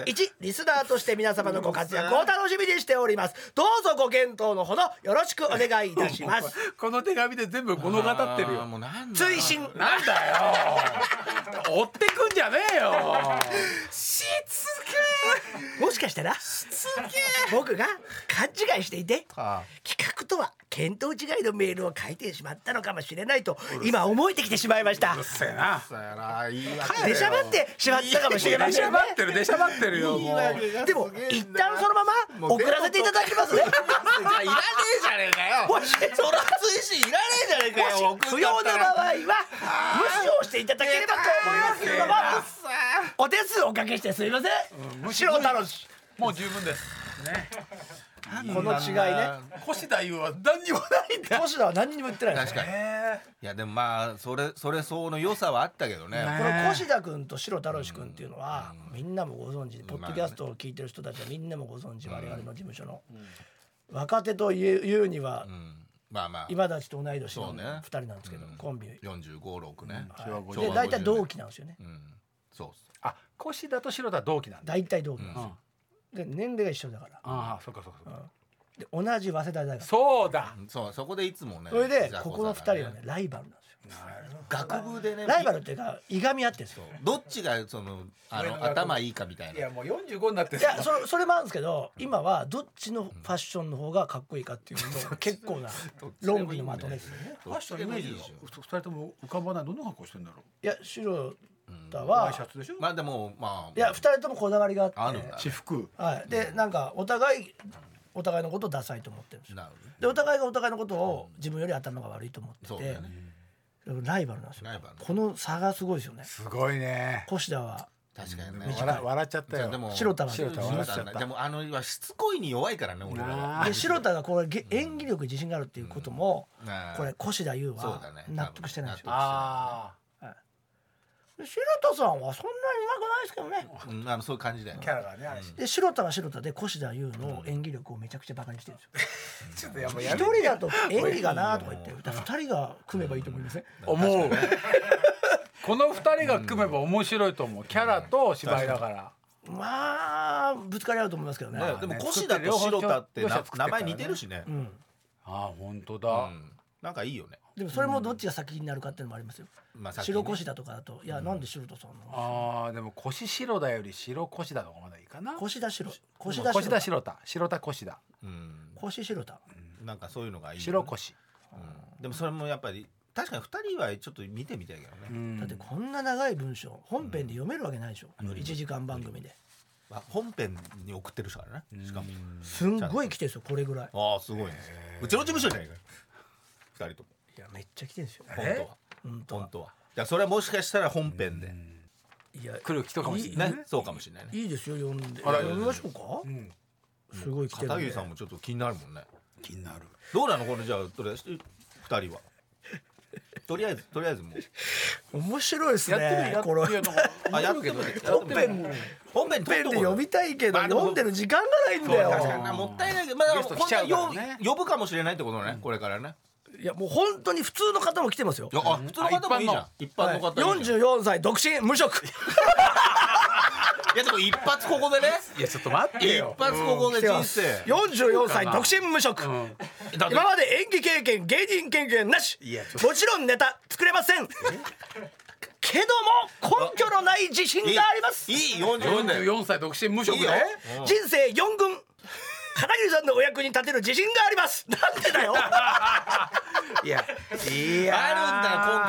[SPEAKER 2] 1リスナーとして皆様のご活躍を楽しみにしておりますどうぞご検討のほどよろしくお願いいた します
[SPEAKER 4] この手紙で全部物語ってる
[SPEAKER 3] あー
[SPEAKER 4] よ
[SPEAKER 3] もうなんだ
[SPEAKER 2] 追伸
[SPEAKER 4] なんだよ追ってくんじゃねえよ
[SPEAKER 3] しつ
[SPEAKER 2] もしかしたら僕が勘違いしていて
[SPEAKER 3] けー
[SPEAKER 2] 企画とは見当違いのメールを書いてしまったのかもしれないと今思えてきてしまいました
[SPEAKER 4] うっせえな
[SPEAKER 3] さやな言い訳だ
[SPEAKER 2] 出
[SPEAKER 3] よ
[SPEAKER 2] しゃばってしまったかもしれま
[SPEAKER 4] 出し
[SPEAKER 2] せ
[SPEAKER 4] ゃ
[SPEAKER 2] ん
[SPEAKER 4] ば
[SPEAKER 2] ね
[SPEAKER 4] ってる出しゃばってるよもう
[SPEAKER 3] 言い訳がすげえんだよ
[SPEAKER 2] でも一旦そのまま送らせていただきますね。
[SPEAKER 3] いらねえじゃねえかよ
[SPEAKER 2] もし
[SPEAKER 3] そら追伸いらねえじゃねえかよ
[SPEAKER 2] もし不要な場合は無視をしていただければと思いますけれども、お手数おかけしてすいません。白太郎氏
[SPEAKER 4] もう十分ですね
[SPEAKER 2] この違いね。
[SPEAKER 4] 腰太夫は何にもないんだ
[SPEAKER 2] 星田は何にも言ってないです
[SPEAKER 3] 確
[SPEAKER 2] ね。
[SPEAKER 3] かにいやでもまあそれそれ相応の良さはあったけどね
[SPEAKER 2] この越田君と白太郎氏君っていうのはみんなもご存知でポッドキャストを聞いてる人たちはみんなもご存知我々の事務所の若手と言う言うには
[SPEAKER 3] うんまあまあ
[SPEAKER 2] 今たちと同い年
[SPEAKER 3] そ
[SPEAKER 2] の
[SPEAKER 3] うね
[SPEAKER 2] 2人なんですけどコンビで
[SPEAKER 3] 四十五六ね
[SPEAKER 2] 大体同期なんですよね
[SPEAKER 3] うんそうっす
[SPEAKER 4] あ腰だと白だ同期なんだ
[SPEAKER 2] 大体同期なんですよで年齢が一緒だから
[SPEAKER 4] ああそっかそっかそっか
[SPEAKER 2] で同じ早稲田大学
[SPEAKER 4] そうだ
[SPEAKER 3] そうそこでいつもね
[SPEAKER 2] それで
[SPEAKER 3] ザコ
[SPEAKER 2] こ
[SPEAKER 3] さ
[SPEAKER 2] この
[SPEAKER 3] んが
[SPEAKER 2] 二
[SPEAKER 3] ね
[SPEAKER 2] 人はねライバルなんですよ
[SPEAKER 3] 学部でね
[SPEAKER 2] ライバルっていうかいがみ合ってるんですよ
[SPEAKER 3] どっちがそのあ
[SPEAKER 4] 上の
[SPEAKER 3] の
[SPEAKER 4] 学部
[SPEAKER 3] 頭いいかみたい
[SPEAKER 4] い
[SPEAKER 3] な
[SPEAKER 4] やもう45になって
[SPEAKER 2] いやそれそれもあるんですけど今はどっちのファッションの方がかっこいいかっていうの も結構な論議のまとめですよね
[SPEAKER 3] ファッションイメージでしょ
[SPEAKER 4] 二人とも浮かばないどんな格好してんだろう
[SPEAKER 2] いや白田
[SPEAKER 4] ワ
[SPEAKER 2] は
[SPEAKER 4] イシャツでしょ
[SPEAKER 3] まあでもまあ
[SPEAKER 2] いや二人ともこだわりがあって
[SPEAKER 3] あるんだ
[SPEAKER 4] 私服
[SPEAKER 2] はい、でなんかお互いお互いのことをダサいと思ってるんですよ
[SPEAKER 3] なるほど
[SPEAKER 2] でお互いがお互いのことを自分より頭が悪いと思って
[SPEAKER 3] そう
[SPEAKER 2] て
[SPEAKER 3] だよね
[SPEAKER 2] ライバルなんですよ
[SPEAKER 3] ライバル
[SPEAKER 2] この差がすごいですよね
[SPEAKER 4] すごいね
[SPEAKER 2] 越田は
[SPEAKER 3] 確かにね
[SPEAKER 4] 笑笑っちゃった
[SPEAKER 3] そう
[SPEAKER 4] よ
[SPEAKER 3] でも
[SPEAKER 2] 白田は
[SPEAKER 4] 白田は
[SPEAKER 3] 白
[SPEAKER 4] 笑っちゃった
[SPEAKER 3] でもあのしつこいに弱いからね俺ら
[SPEAKER 4] な
[SPEAKER 3] は
[SPEAKER 4] あ
[SPEAKER 2] で白田がこれげ演技力に自信があるっていうことも、
[SPEAKER 3] ね
[SPEAKER 2] これ越田優
[SPEAKER 3] そう
[SPEAKER 2] は
[SPEAKER 3] だね
[SPEAKER 2] 納得してないんですよ、
[SPEAKER 3] 納
[SPEAKER 4] あ
[SPEAKER 2] で白田さんはそんなに上手くないですけどね
[SPEAKER 3] うんあのそういう感じだよ
[SPEAKER 4] あ
[SPEAKER 3] ね
[SPEAKER 4] キャラがねあれ
[SPEAKER 2] で白田は白田で越田優の演技力をめちゃくちゃバカにしてるんです
[SPEAKER 4] ち
[SPEAKER 2] よ
[SPEAKER 4] ょっとやばい
[SPEAKER 2] 一人だと演技がなとか言ってだから二人が組めばいいと思いません
[SPEAKER 4] 思う この二人が組めば面白いと思うキャラと芝居だから
[SPEAKER 2] まあぶつかり合うと思いますけどね
[SPEAKER 3] ねでも腰だと白田ってな名前似てるしね
[SPEAKER 2] うん、
[SPEAKER 4] ああ本当
[SPEAKER 3] う
[SPEAKER 4] だ
[SPEAKER 3] んなんかいいよね
[SPEAKER 2] でもそれもどっちが先になるかっていうのもありますよ、
[SPEAKER 3] まあさっきね
[SPEAKER 2] 白越田とかだといやなんで白田さんなの、
[SPEAKER 4] ああでも腰白だより白腰だの方がまだいいかな
[SPEAKER 2] 越田白越田
[SPEAKER 4] 腰
[SPEAKER 2] 白
[SPEAKER 4] だ
[SPEAKER 2] 田
[SPEAKER 4] 白田白田腰だ
[SPEAKER 3] うん
[SPEAKER 2] 越白田
[SPEAKER 3] なんかそういうのがいいよね
[SPEAKER 4] 白腰
[SPEAKER 3] うんでもそれもやっぱり確かに二人はちょっと見てみたいけどね
[SPEAKER 2] だってこんな長い文章本編で読めるわけないでしょ、1時間番組で
[SPEAKER 3] まあ本編に送ってるしからねしかも
[SPEAKER 2] すんごい来てるんですよこれぐらい
[SPEAKER 3] ああすごいねうちの事務所じゃないか二人とも
[SPEAKER 2] いやめっちゃ来てるんですよ
[SPEAKER 3] 本当は本当はじゃあそれはもしかしたら本編で
[SPEAKER 2] いや
[SPEAKER 4] 来る人かもしれない
[SPEAKER 3] ねそうかもしれないね
[SPEAKER 2] いいですよ読んで
[SPEAKER 3] あら
[SPEAKER 2] 読みましょうか、すごい来てる
[SPEAKER 3] 片
[SPEAKER 2] ん
[SPEAKER 3] 桐
[SPEAKER 2] で
[SPEAKER 3] さんもちょっと気になるもんね
[SPEAKER 4] 気になる
[SPEAKER 3] どうなのこれじゃあとりあえず二人はとりあえずとりあえずもう
[SPEAKER 2] 面白いですねこれ
[SPEAKER 4] やってるの
[SPEAKER 3] あやってもいい
[SPEAKER 2] 本編
[SPEAKER 3] 本編
[SPEAKER 2] 本編で読みたいけど
[SPEAKER 3] まあでも
[SPEAKER 2] 読んでる時間がないんだ
[SPEAKER 3] 確かに
[SPEAKER 2] よ
[SPEAKER 3] なもったいないけどまあだから
[SPEAKER 4] ゲスト
[SPEAKER 3] 本
[SPEAKER 4] 来ちゃ
[SPEAKER 3] 当
[SPEAKER 4] うから
[SPEAKER 3] よ
[SPEAKER 4] ね
[SPEAKER 3] 呼ぶかもしれないってことねこれからね
[SPEAKER 2] いやもう本当に普通の方も来てますよ
[SPEAKER 3] いやあ普通の方もいいじゃん一般の方いいじゃん
[SPEAKER 2] 44歳独身無職
[SPEAKER 3] いやでも一発ここでね
[SPEAKER 4] いやちょっと待って
[SPEAKER 3] 一
[SPEAKER 4] よ
[SPEAKER 3] 発ここで人生
[SPEAKER 2] 44歳独身無職、
[SPEAKER 3] だって
[SPEAKER 2] 今まで演技経験芸人経験なし
[SPEAKER 4] いやちょっと
[SPEAKER 2] もちろんネタ作れま せんけども根拠のない自信があります
[SPEAKER 3] いい44だよ
[SPEAKER 4] 44歳独身無職
[SPEAKER 3] いいよ
[SPEAKER 4] だよ
[SPEAKER 2] 人生4軍片桐さんのお役に立てる自信があり ますなんでだよ
[SPEAKER 4] いやいや
[SPEAKER 3] あ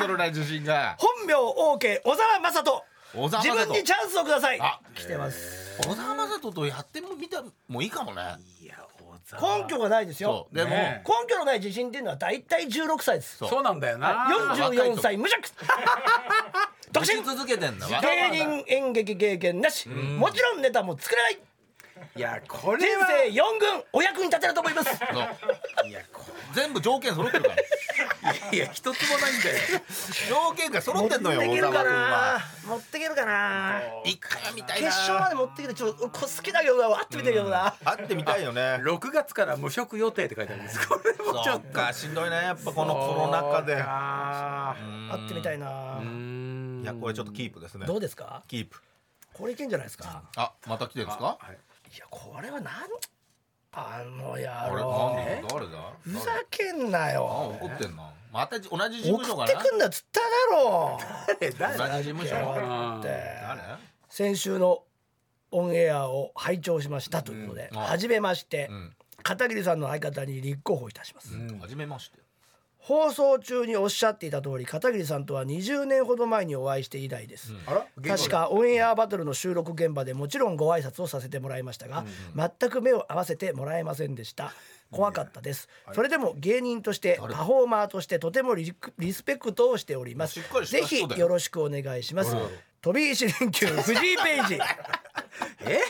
[SPEAKER 3] るんだよ根拠のない自信が
[SPEAKER 2] 本名 OK 小沢雅人
[SPEAKER 3] 小沢雅
[SPEAKER 2] 自
[SPEAKER 3] 人
[SPEAKER 2] 分にチャンスをください
[SPEAKER 3] あ
[SPEAKER 2] 来てます
[SPEAKER 3] 小沢雅人とやっても見たもいいかもね
[SPEAKER 4] いや小沢
[SPEAKER 2] 根拠がないですよ
[SPEAKER 3] そうでも
[SPEAKER 2] 根拠のない自信っていうのは大体16歳です
[SPEAKER 3] そう
[SPEAKER 4] そうなんだよな
[SPEAKER 2] 44歳無 職独
[SPEAKER 3] 独
[SPEAKER 2] 身
[SPEAKER 3] 身続けてんだわ
[SPEAKER 2] 芸人演劇経験なしもちろんネタも作れない
[SPEAKER 4] いやこ
[SPEAKER 2] 人
[SPEAKER 4] れは
[SPEAKER 2] 生4軍お役に立てると思います
[SPEAKER 3] そう全部条件揃ってるから
[SPEAKER 4] いや一つもないんだよ
[SPEAKER 3] 条件が揃ってんのよ
[SPEAKER 2] 持って
[SPEAKER 3] 小
[SPEAKER 2] ける
[SPEAKER 3] 沢
[SPEAKER 2] か
[SPEAKER 3] 君は
[SPEAKER 2] な持ってけるかな
[SPEAKER 3] 一回は見たい
[SPEAKER 2] 決勝ま
[SPEAKER 3] な
[SPEAKER 2] で持ってきてちょっとこ好きだけどな会ってみたいけどな
[SPEAKER 3] 会ってみたいよね
[SPEAKER 4] 6月から無職予定って書いてあるんですこれもち
[SPEAKER 3] そ
[SPEAKER 4] ょ
[SPEAKER 3] っ
[SPEAKER 4] っと
[SPEAKER 3] かしんどいねやっぱこのコロナ禍で
[SPEAKER 4] あ
[SPEAKER 2] 会ってみたいな
[SPEAKER 3] うんいやこれちょっとキープですね
[SPEAKER 2] どうですか
[SPEAKER 3] キープ
[SPEAKER 2] これいけんじゃないですか
[SPEAKER 3] あまた来てるんですか
[SPEAKER 4] ーはい
[SPEAKER 2] いやこれはなんあの
[SPEAKER 3] あ
[SPEAKER 2] 野
[SPEAKER 3] れ
[SPEAKER 2] 郎
[SPEAKER 3] なんだ誰だ
[SPEAKER 2] ふざけんな
[SPEAKER 3] あ
[SPEAKER 2] よ
[SPEAKER 3] 怒ってんなまたじ同じ事務所
[SPEAKER 2] 送
[SPEAKER 3] か
[SPEAKER 2] って
[SPEAKER 3] な
[SPEAKER 2] くんだっつっただろ
[SPEAKER 4] え誰
[SPEAKER 3] 同じ事務所
[SPEAKER 4] あー
[SPEAKER 3] 誰
[SPEAKER 2] 先週のオンエアを拝聴しましたというので、
[SPEAKER 3] うんあ
[SPEAKER 2] 初めまして、
[SPEAKER 3] ん
[SPEAKER 2] 片桐さんの相方に立候補いたします、
[SPEAKER 3] 初めまして
[SPEAKER 2] 放送中におっしゃっていた通り片桐さんとは20年ほど前にお会いして以来です、
[SPEAKER 4] あら
[SPEAKER 2] 確かオンエアバトルの収録現場でもちろんご挨拶をさせてもらいましたが、全く目を合わせてもらえませんでした怖かったですそれでも芸人としてパフォーマーとしてとてもリクリスペクトをしております
[SPEAKER 3] しっかりした
[SPEAKER 2] ぜひ
[SPEAKER 3] 人だよ
[SPEAKER 2] よろしくお願いします飛び石連 休藤井ページ
[SPEAKER 4] え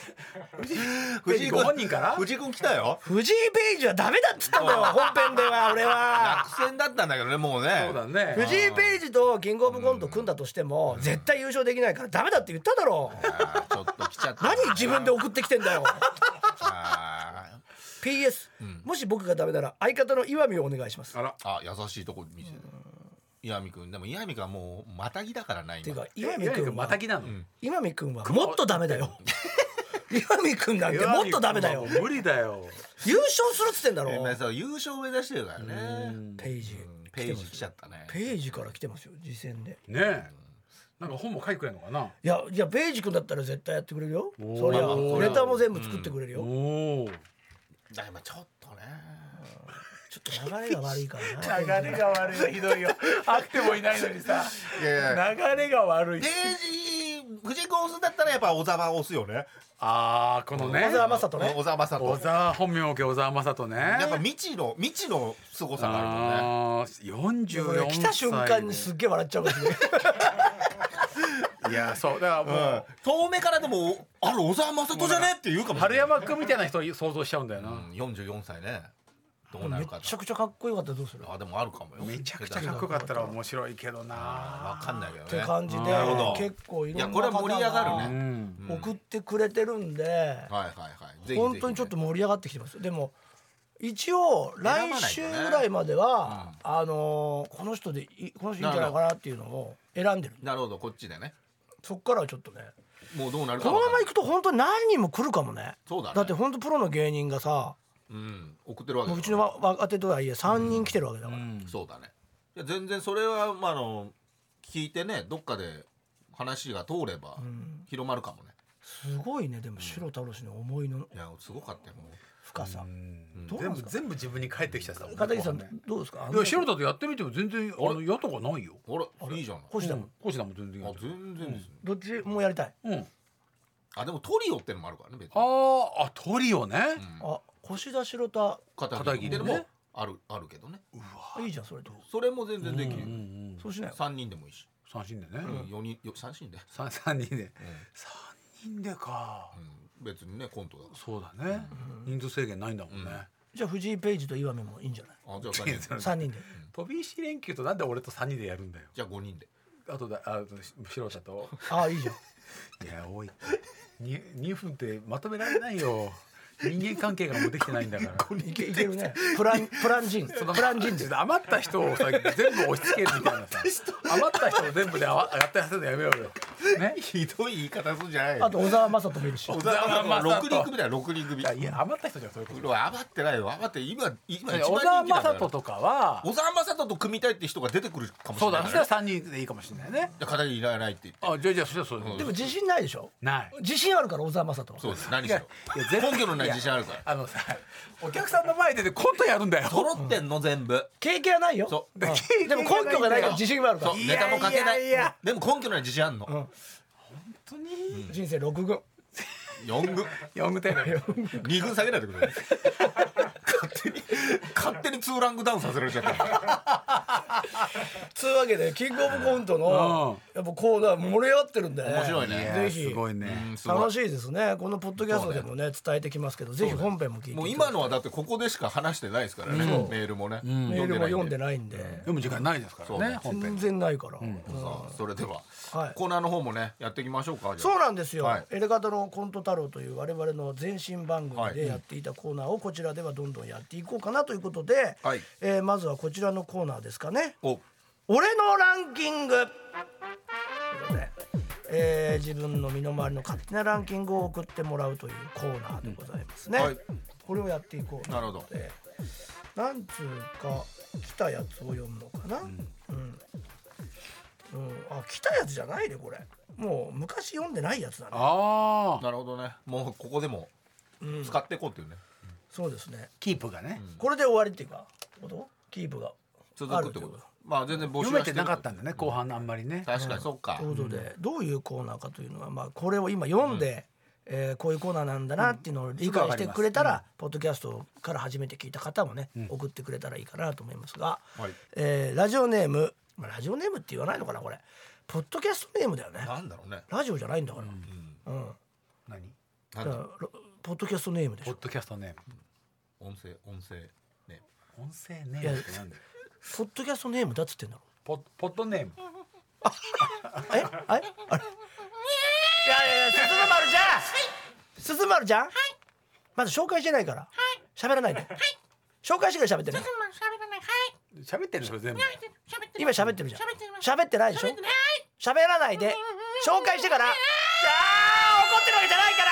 [SPEAKER 4] 藤井ご本人から
[SPEAKER 3] 藤井君来たよ
[SPEAKER 2] 藤井ページはダメだっつったんだよ本編では俺は
[SPEAKER 3] 落選だったんだけどねもうね
[SPEAKER 4] そうだね
[SPEAKER 2] 藤井ページとキングオブコント組んだとしても絶対優勝できないからダメだって言っただろう
[SPEAKER 3] あーちょっと来ちゃった
[SPEAKER 2] 何自分で送ってきてんだよ
[SPEAKER 3] あ
[SPEAKER 2] PS、もし僕がダメなら相方の岩見をお願いします
[SPEAKER 4] あら
[SPEAKER 3] ーあ優しいとこ見せて岩見君でも岩見君はもうまたぎだからな
[SPEAKER 2] てい
[SPEAKER 3] 今
[SPEAKER 2] うか
[SPEAKER 4] いや
[SPEAKER 2] 岩
[SPEAKER 4] い
[SPEAKER 2] 見
[SPEAKER 4] や
[SPEAKER 2] くん
[SPEAKER 4] ま
[SPEAKER 2] は
[SPEAKER 4] たぎなの
[SPEAKER 2] 岩見くんはもっとダメだよ岩見くんなんてもっとダメだよ
[SPEAKER 4] いや無理だよ
[SPEAKER 2] 優勝するっつってんだ
[SPEAKER 3] えまあ
[SPEAKER 2] ろ
[SPEAKER 3] そう優勝目指してるからね
[SPEAKER 2] ページ
[SPEAKER 3] ページ来ちゃったね
[SPEAKER 2] ページから来てますよ次戦で
[SPEAKER 4] ねえなんか本も書いてくれんのかない
[SPEAKER 2] やいやページくんだったら絶対やってくれるよ
[SPEAKER 4] おー
[SPEAKER 2] そり
[SPEAKER 4] まあまあこ
[SPEAKER 2] ゃ
[SPEAKER 4] れ
[SPEAKER 2] ネタも全部作ってくれるよ、
[SPEAKER 4] おお
[SPEAKER 3] だからまあちょっとね
[SPEAKER 2] ちょっと流れが悪いからな
[SPEAKER 4] 流れが悪いのひどい よあってもいないのにさ
[SPEAKER 3] いやいや
[SPEAKER 4] 流れが悪い
[SPEAKER 3] ページ藤井君押すんだったらやっぱ小沢押すよね
[SPEAKER 4] ああこのね
[SPEAKER 2] 小沢雅人ね
[SPEAKER 3] 小沢雅
[SPEAKER 4] 小
[SPEAKER 3] 人
[SPEAKER 4] 沢本名家小沢雅人ね
[SPEAKER 3] やっぱ未知の未知の凄さがあるもんね
[SPEAKER 4] ああ
[SPEAKER 2] でもね
[SPEAKER 4] 44歳
[SPEAKER 2] 来た瞬間にすっげえ笑っちゃうからね
[SPEAKER 4] いやそうだからもう、
[SPEAKER 3] 遠目からでもあれ小沢雅人じゃねって言うかもしれな
[SPEAKER 4] 春
[SPEAKER 3] い
[SPEAKER 4] 山君みたいな人想像しちゃうんだよな、
[SPEAKER 3] 44歳ねどうな
[SPEAKER 2] め
[SPEAKER 3] るか
[SPEAKER 2] っ
[SPEAKER 3] と
[SPEAKER 2] ちゃくちゃかっこよかったらどうするっ
[SPEAKER 3] あでもあるかもよ
[SPEAKER 4] めちゃくちゃかっこよかったら面白いけどな
[SPEAKER 3] わかんないけどね
[SPEAKER 2] て感じで
[SPEAKER 3] なるほど
[SPEAKER 2] 結構い
[SPEAKER 3] い
[SPEAKER 2] ろ
[SPEAKER 3] や
[SPEAKER 2] ん
[SPEAKER 3] こ
[SPEAKER 2] な
[SPEAKER 3] れは
[SPEAKER 2] 方
[SPEAKER 3] 盛り上が
[SPEAKER 4] う
[SPEAKER 3] る
[SPEAKER 2] が
[SPEAKER 3] ね
[SPEAKER 4] ん
[SPEAKER 2] 送ってくれてるんで
[SPEAKER 3] はいはいはいぜひぜひ
[SPEAKER 2] 本当にちょっと盛り上がってきてますでも一応来週ぐらいまでは、あのーこの人でいいこの人いいんじゃないかなっていうのを選んでる
[SPEAKER 3] なるほどこっちでね
[SPEAKER 2] そっからはちょっとね
[SPEAKER 3] もうどうなるか
[SPEAKER 2] このまま
[SPEAKER 3] い
[SPEAKER 2] 行くと本当に何人も来るかもね
[SPEAKER 3] そうだね
[SPEAKER 2] って本当プロの芸人がさ
[SPEAKER 3] うん送ってるわけ
[SPEAKER 2] もうう
[SPEAKER 3] だから
[SPEAKER 2] ちのわ若手とはいえ3人来てるわけだから、
[SPEAKER 3] そうだねいや全然それはまああの聞いてねどっかで話が通れば広まるかもね
[SPEAKER 2] すごいねでも白太郎氏の思いの
[SPEAKER 3] いやすごかったよもう
[SPEAKER 2] 深さ、どうな
[SPEAKER 4] 全部
[SPEAKER 2] んですか
[SPEAKER 4] 全部自分に返ってきたさ
[SPEAKER 2] 片桐さん
[SPEAKER 4] いや
[SPEAKER 2] どうですか
[SPEAKER 4] 白田とやってみても全然あのやったことないよ
[SPEAKER 3] あれいいじゃない
[SPEAKER 2] 星田も、
[SPEAKER 4] 星田も全然や
[SPEAKER 3] あ
[SPEAKER 4] ってる
[SPEAKER 3] 全然ですね
[SPEAKER 2] どっちもやりたい
[SPEAKER 4] うん
[SPEAKER 3] あでもトリオってのもあるからね別
[SPEAKER 4] あ
[SPEAKER 3] に
[SPEAKER 4] ーあトリオね、
[SPEAKER 2] あ星田白太
[SPEAKER 3] 片
[SPEAKER 4] 片桐
[SPEAKER 3] 桐っての
[SPEAKER 4] ね
[SPEAKER 3] もあるあるけどね
[SPEAKER 2] いいじゃんそれと
[SPEAKER 3] それも全然でき
[SPEAKER 4] うんう
[SPEAKER 3] る
[SPEAKER 4] ん
[SPEAKER 2] そうしない
[SPEAKER 3] 三人でもいいし
[SPEAKER 4] 三人でね、
[SPEAKER 3] うん四人よ三人で
[SPEAKER 4] 三三人で三人でか、
[SPEAKER 3] うん別にねコントだか
[SPEAKER 4] そうだね、人数制限ないんだもんね、
[SPEAKER 2] じゃあ藤井ページと岩見もいいんじゃない
[SPEAKER 3] らあじゃあ 三人
[SPEAKER 2] 3人
[SPEAKER 3] で
[SPEAKER 2] で
[SPEAKER 4] 飛び石連休となんで俺と三人でやるんだよ
[SPEAKER 3] じゃあ五人で
[SPEAKER 4] あとだあとし白田と
[SPEAKER 2] ああいいじゃん
[SPEAKER 4] いや多いに2分ってまとめられないよ人間関係がもうできてないんだ から
[SPEAKER 2] いけいけるねプランプランジンプランジン
[SPEAKER 4] ちょ
[SPEAKER 2] で
[SPEAKER 4] っと余った人をさ全部押し付けるみたいなさ余った人を全部であわ上がったやつでやめようよね
[SPEAKER 3] ひどい言い方するんじゃない
[SPEAKER 2] あ
[SPEAKER 3] よ
[SPEAKER 2] と小沢雅人もいるし
[SPEAKER 3] 小沢
[SPEAKER 4] 小沢
[SPEAKER 3] は
[SPEAKER 4] 雅人
[SPEAKER 3] 六人組だよ六人組
[SPEAKER 4] いやいや余った人じゃんそういうこ
[SPEAKER 3] うわ余ってないよ余って今今
[SPEAKER 4] と
[SPEAKER 3] 一
[SPEAKER 4] 小沢
[SPEAKER 3] 番人気なんだ
[SPEAKER 4] 雅
[SPEAKER 3] から
[SPEAKER 4] 人とかは
[SPEAKER 3] 小沢雅人と組みたいって人が出てくるかもし
[SPEAKER 4] そ
[SPEAKER 3] れ
[SPEAKER 4] う
[SPEAKER 3] な
[SPEAKER 4] だ
[SPEAKER 3] い
[SPEAKER 4] そし
[SPEAKER 3] か
[SPEAKER 4] た
[SPEAKER 3] ら
[SPEAKER 4] ら
[SPEAKER 3] ね
[SPEAKER 4] 3人でいいかもしれないね
[SPEAKER 3] じゃあ片桐いらないって言って
[SPEAKER 4] あじゃあじゃあそしたらそう、
[SPEAKER 2] でも自信ないでしょ
[SPEAKER 4] ない
[SPEAKER 2] 自信あるから小沢雅人は
[SPEAKER 3] そうです何し
[SPEAKER 4] いや
[SPEAKER 3] ろ
[SPEAKER 4] いや絶対
[SPEAKER 3] 根拠のない自信あるから
[SPEAKER 4] いやあのさお客さんの前でねコントやるんだよ
[SPEAKER 3] 揃ってんの全部
[SPEAKER 2] 経験はないよ
[SPEAKER 3] そう
[SPEAKER 2] うん
[SPEAKER 4] 経験
[SPEAKER 2] で
[SPEAKER 4] が
[SPEAKER 2] も
[SPEAKER 4] ないん
[SPEAKER 2] 根
[SPEAKER 4] だよ
[SPEAKER 2] 拠がないから自信はあるか
[SPEAKER 3] そ
[SPEAKER 2] ら
[SPEAKER 3] う
[SPEAKER 4] い
[SPEAKER 3] ネ
[SPEAKER 4] や
[SPEAKER 3] タも書けない
[SPEAKER 4] いやいや
[SPEAKER 3] でも根拠のない自信あんの
[SPEAKER 4] 本当に
[SPEAKER 2] 人生6軍
[SPEAKER 3] 4軍
[SPEAKER 4] ヨングテレビ
[SPEAKER 3] 2軍下げないでく れ勝手に勝手に2ランクダウンさせられちゃった
[SPEAKER 2] つうわけでキングオブコントのやっぱコーナー盛り上がってるんで面
[SPEAKER 3] 白いね
[SPEAKER 2] ぜひ
[SPEAKER 4] すごいね
[SPEAKER 3] うんすごい
[SPEAKER 2] 楽しいですねこのポッドキャストでもね伝えてきますけどぜひ本編も聞いて
[SPEAKER 3] もう
[SPEAKER 2] いただ
[SPEAKER 3] 今
[SPEAKER 2] いて
[SPEAKER 3] のはだってここでしか話してないですからねメールもね
[SPEAKER 2] メールも読んで
[SPEAKER 3] ない
[SPEAKER 2] ないんで
[SPEAKER 4] 読む時間ないですからね本編
[SPEAKER 2] 全然ないから
[SPEAKER 3] さあそれでは
[SPEAKER 2] はい
[SPEAKER 3] コーナーの方もねやっていきましょうかじゃあ
[SPEAKER 2] そうなんですよ、
[SPEAKER 3] はい
[SPEAKER 2] エレガタのコント太郎という我々の前身番組
[SPEAKER 3] はい
[SPEAKER 2] でやっていたコーナーをこちらではどんどんやっていこうかなということで、
[SPEAKER 3] はい
[SPEAKER 2] えーまずはこちらのコーナーですかね
[SPEAKER 3] お
[SPEAKER 2] 「俺のランキング」ということでえー自分の身の回りの勝手なランキングを送ってもらうというコーナーでございますね、
[SPEAKER 3] うんはい
[SPEAKER 2] これをやっていこう
[SPEAKER 3] なるほど
[SPEAKER 2] でなんつうか来たやつを読むのかなうん、うんあ来たやつじゃないねこれもう昔読んでないやつだね
[SPEAKER 4] ああ
[SPEAKER 3] なるほどねもうここでも使っていこうっていうね
[SPEAKER 2] そうですね
[SPEAKER 4] キープがね
[SPEAKER 2] これで終わりっていうかことキープが
[SPEAKER 3] 続くってことまあ全然募集
[SPEAKER 4] 読め
[SPEAKER 3] はして
[SPEAKER 4] てな
[SPEAKER 3] る
[SPEAKER 4] かったんだね後半あんまりね
[SPEAKER 3] 確かにそっか
[SPEAKER 2] ということで、どういうコーナーかというのは、まあ、これを今読んで、えーこういうコーナーなんだなっていうのを理解してくれたら、ポッドキャストから初めて聞いた方もね、送ってくれたらいいかなと思いますが、
[SPEAKER 3] はい
[SPEAKER 2] えーラジオネーム、まあ、ラジオネームって言わないのかなこれポッドキャストネームだよね
[SPEAKER 3] なんだろうね
[SPEAKER 2] ラジオじゃないんだから、うん
[SPEAKER 4] 何
[SPEAKER 3] な
[SPEAKER 2] だか
[SPEAKER 3] んだろう
[SPEAKER 2] らロポッドキャストネームでし
[SPEAKER 4] ポ
[SPEAKER 2] ょ
[SPEAKER 4] ッドキャストネー
[SPEAKER 3] 音声音声ね
[SPEAKER 4] ム音声ネームってなんだよ
[SPEAKER 2] ポッドキャストネームだっつってんだろ
[SPEAKER 4] ポッポッドネーム
[SPEAKER 2] えあれあれいやいやいや鈴丸ちゃん、鈴丸ちゃん、まず紹介してないから喋、らないで、紹介してから喋ってる
[SPEAKER 5] そんなの喋らないはい
[SPEAKER 4] 喋ってるでしょ 全部
[SPEAKER 5] 喋ってる
[SPEAKER 2] 今喋ってるじゃん
[SPEAKER 5] 喋ってます
[SPEAKER 2] 喋ってないでしょ
[SPEAKER 5] 喋ってるはい
[SPEAKER 2] 喋らないで紹介してからじゃあ怒ってるわけじゃないから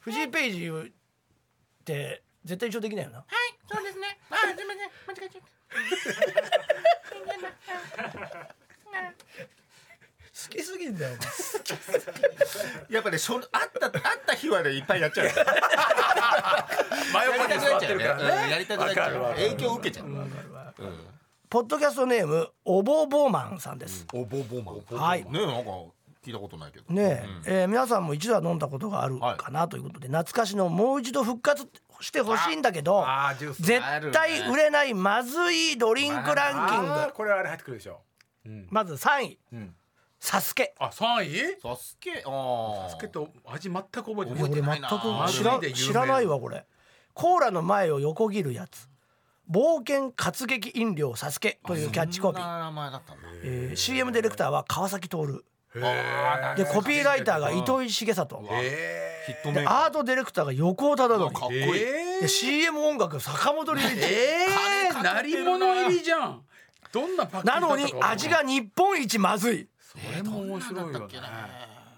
[SPEAKER 2] 藤井ページって絶対一緒できないよな
[SPEAKER 5] はい、そうですね。あ、すみません、間違えちゃった。人間だあ
[SPEAKER 2] 好きすぎんだよ
[SPEAKER 3] やっぱね初あったあった日はねいっぱいやっちゃうやりたくなっちゃうねうんやりたくなっちゃう影響受けちゃう
[SPEAKER 2] ポッドキャストネームおぼぼマンさんです、
[SPEAKER 3] おぼぼマン
[SPEAKER 2] はい
[SPEAKER 3] ねなんか聞いたことないけど
[SPEAKER 2] ねええー皆さんも一度は飲んだことがあるかなということで、懐かしのもう一度復活してほしいんだけど
[SPEAKER 4] ああジュース
[SPEAKER 2] 絶
[SPEAKER 3] ある
[SPEAKER 2] 対
[SPEAKER 3] ね
[SPEAKER 2] 売れないまずいドリンクランキング
[SPEAKER 4] あーこれあれ入ってくるでしょ
[SPEAKER 2] まず3位
[SPEAKER 4] うん
[SPEAKER 2] サスケ
[SPEAKER 4] あ三位
[SPEAKER 3] サスケああ
[SPEAKER 4] つけと味全く覚えて
[SPEAKER 3] いや
[SPEAKER 4] ない
[SPEAKER 3] 俺全く
[SPEAKER 2] 知ら
[SPEAKER 4] まずいで有名
[SPEAKER 2] 知らないわこれコーラの前を横切るやつ冒険活劇飲料サスケというキャッチコピ
[SPEAKER 3] そん
[SPEAKER 2] ー、
[SPEAKER 3] な名前だったんだ
[SPEAKER 2] えー CM ディレクターは川崎徹
[SPEAKER 4] へ
[SPEAKER 2] でコピーライターが糸井重里
[SPEAKER 4] ーへ
[SPEAKER 3] ヒット
[SPEAKER 2] で
[SPEAKER 3] メーカー
[SPEAKER 2] アートディレクターが横尾忠
[SPEAKER 3] かっ
[SPEAKER 2] 則
[SPEAKER 3] こい
[SPEAKER 4] ー
[SPEAKER 3] い
[SPEAKER 4] え
[SPEAKER 2] で CM 音楽坂本龍一、
[SPEAKER 4] えー、なり物入りじゃんどんなパッケージ
[SPEAKER 2] な
[SPEAKER 4] だ
[SPEAKER 2] の
[SPEAKER 4] った
[SPEAKER 2] に
[SPEAKER 4] か
[SPEAKER 2] 味が日本一まずいっ
[SPEAKER 4] それも面白いよね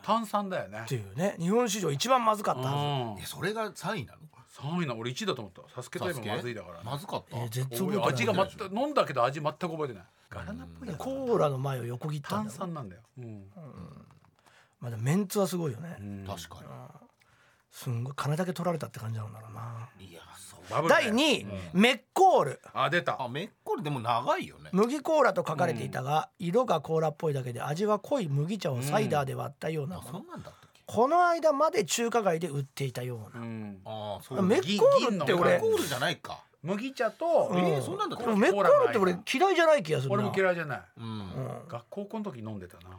[SPEAKER 4] 炭酸だよね
[SPEAKER 2] ていうね日本史上一番まずかった
[SPEAKER 4] うん
[SPEAKER 2] は
[SPEAKER 3] えそれが3位なの
[SPEAKER 4] 3位な俺1位だと思ったサスケといえ
[SPEAKER 3] サス
[SPEAKER 4] ば
[SPEAKER 3] ケ
[SPEAKER 4] まずいだから
[SPEAKER 3] まずかった
[SPEAKER 2] ずい、えー、絶
[SPEAKER 4] おい
[SPEAKER 2] 望
[SPEAKER 4] 味が全く飲んだけど味全く覚えてないガラナっぽいやつ
[SPEAKER 2] コーラの前を横切った
[SPEAKER 4] 炭
[SPEAKER 2] んだよ
[SPEAKER 4] 酸なんだよ、うん
[SPEAKER 2] まあでもメンツはすごいよね、
[SPEAKER 3] 確か
[SPEAKER 2] すんごい金だけ取られたって感じなんだろうな
[SPEAKER 3] にいやそう
[SPEAKER 4] バブルだよ
[SPEAKER 2] 第2位、メッコール
[SPEAKER 4] あ出た
[SPEAKER 3] あめっこりでも長いよね
[SPEAKER 2] 麦コーラと書かれていたが、色がコーラっぽいだけで味は濃い麦茶をサイダーで割ったような
[SPEAKER 3] あ
[SPEAKER 2] もの、
[SPEAKER 3] そんなんだったっけ
[SPEAKER 2] この間まで中華街で売っていたような、
[SPEAKER 4] うん、
[SPEAKER 3] ああそ
[SPEAKER 2] メ
[SPEAKER 3] う
[SPEAKER 2] ッコールって
[SPEAKER 3] 俺
[SPEAKER 2] 俺
[SPEAKER 3] コールじゃないか
[SPEAKER 4] 麦茶と、
[SPEAKER 2] うん
[SPEAKER 3] えーそんなんだった
[SPEAKER 2] メッコールって俺嫌いじゃない気がする
[SPEAKER 4] 俺
[SPEAKER 2] な
[SPEAKER 4] も嫌いじゃない
[SPEAKER 3] うん
[SPEAKER 4] 学校この時飲んでたな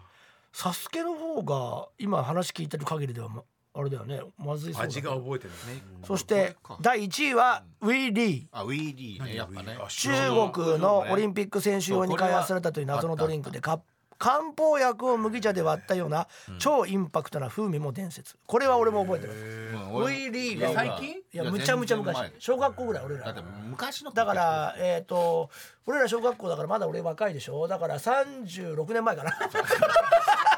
[SPEAKER 2] サスケの方が今話聞いてる限りではまあれだよねまずいそうだね
[SPEAKER 4] 味が覚えてる
[SPEAKER 3] メッ
[SPEAKER 2] そして
[SPEAKER 3] これか
[SPEAKER 2] 第1位はウィリー
[SPEAKER 3] あウィーリーねやっぱね
[SPEAKER 2] 中国のオリンピック選手用に開発されたという謎のドリンクでか漢方薬を麦茶で割ったような超インパクトな風味も伝説これは俺も覚えてる
[SPEAKER 3] うん
[SPEAKER 2] ウ
[SPEAKER 3] 俺
[SPEAKER 2] ィリーが
[SPEAKER 4] 最近
[SPEAKER 2] いやむちゃむちゃ
[SPEAKER 3] 全然
[SPEAKER 2] 昔
[SPEAKER 3] 前
[SPEAKER 2] 小学校ぐらい俺
[SPEAKER 3] だっ
[SPEAKER 2] ら
[SPEAKER 3] て昔の
[SPEAKER 2] だからえっ、と俺ら小学校だからまだ俺若いでしょだから36年前かな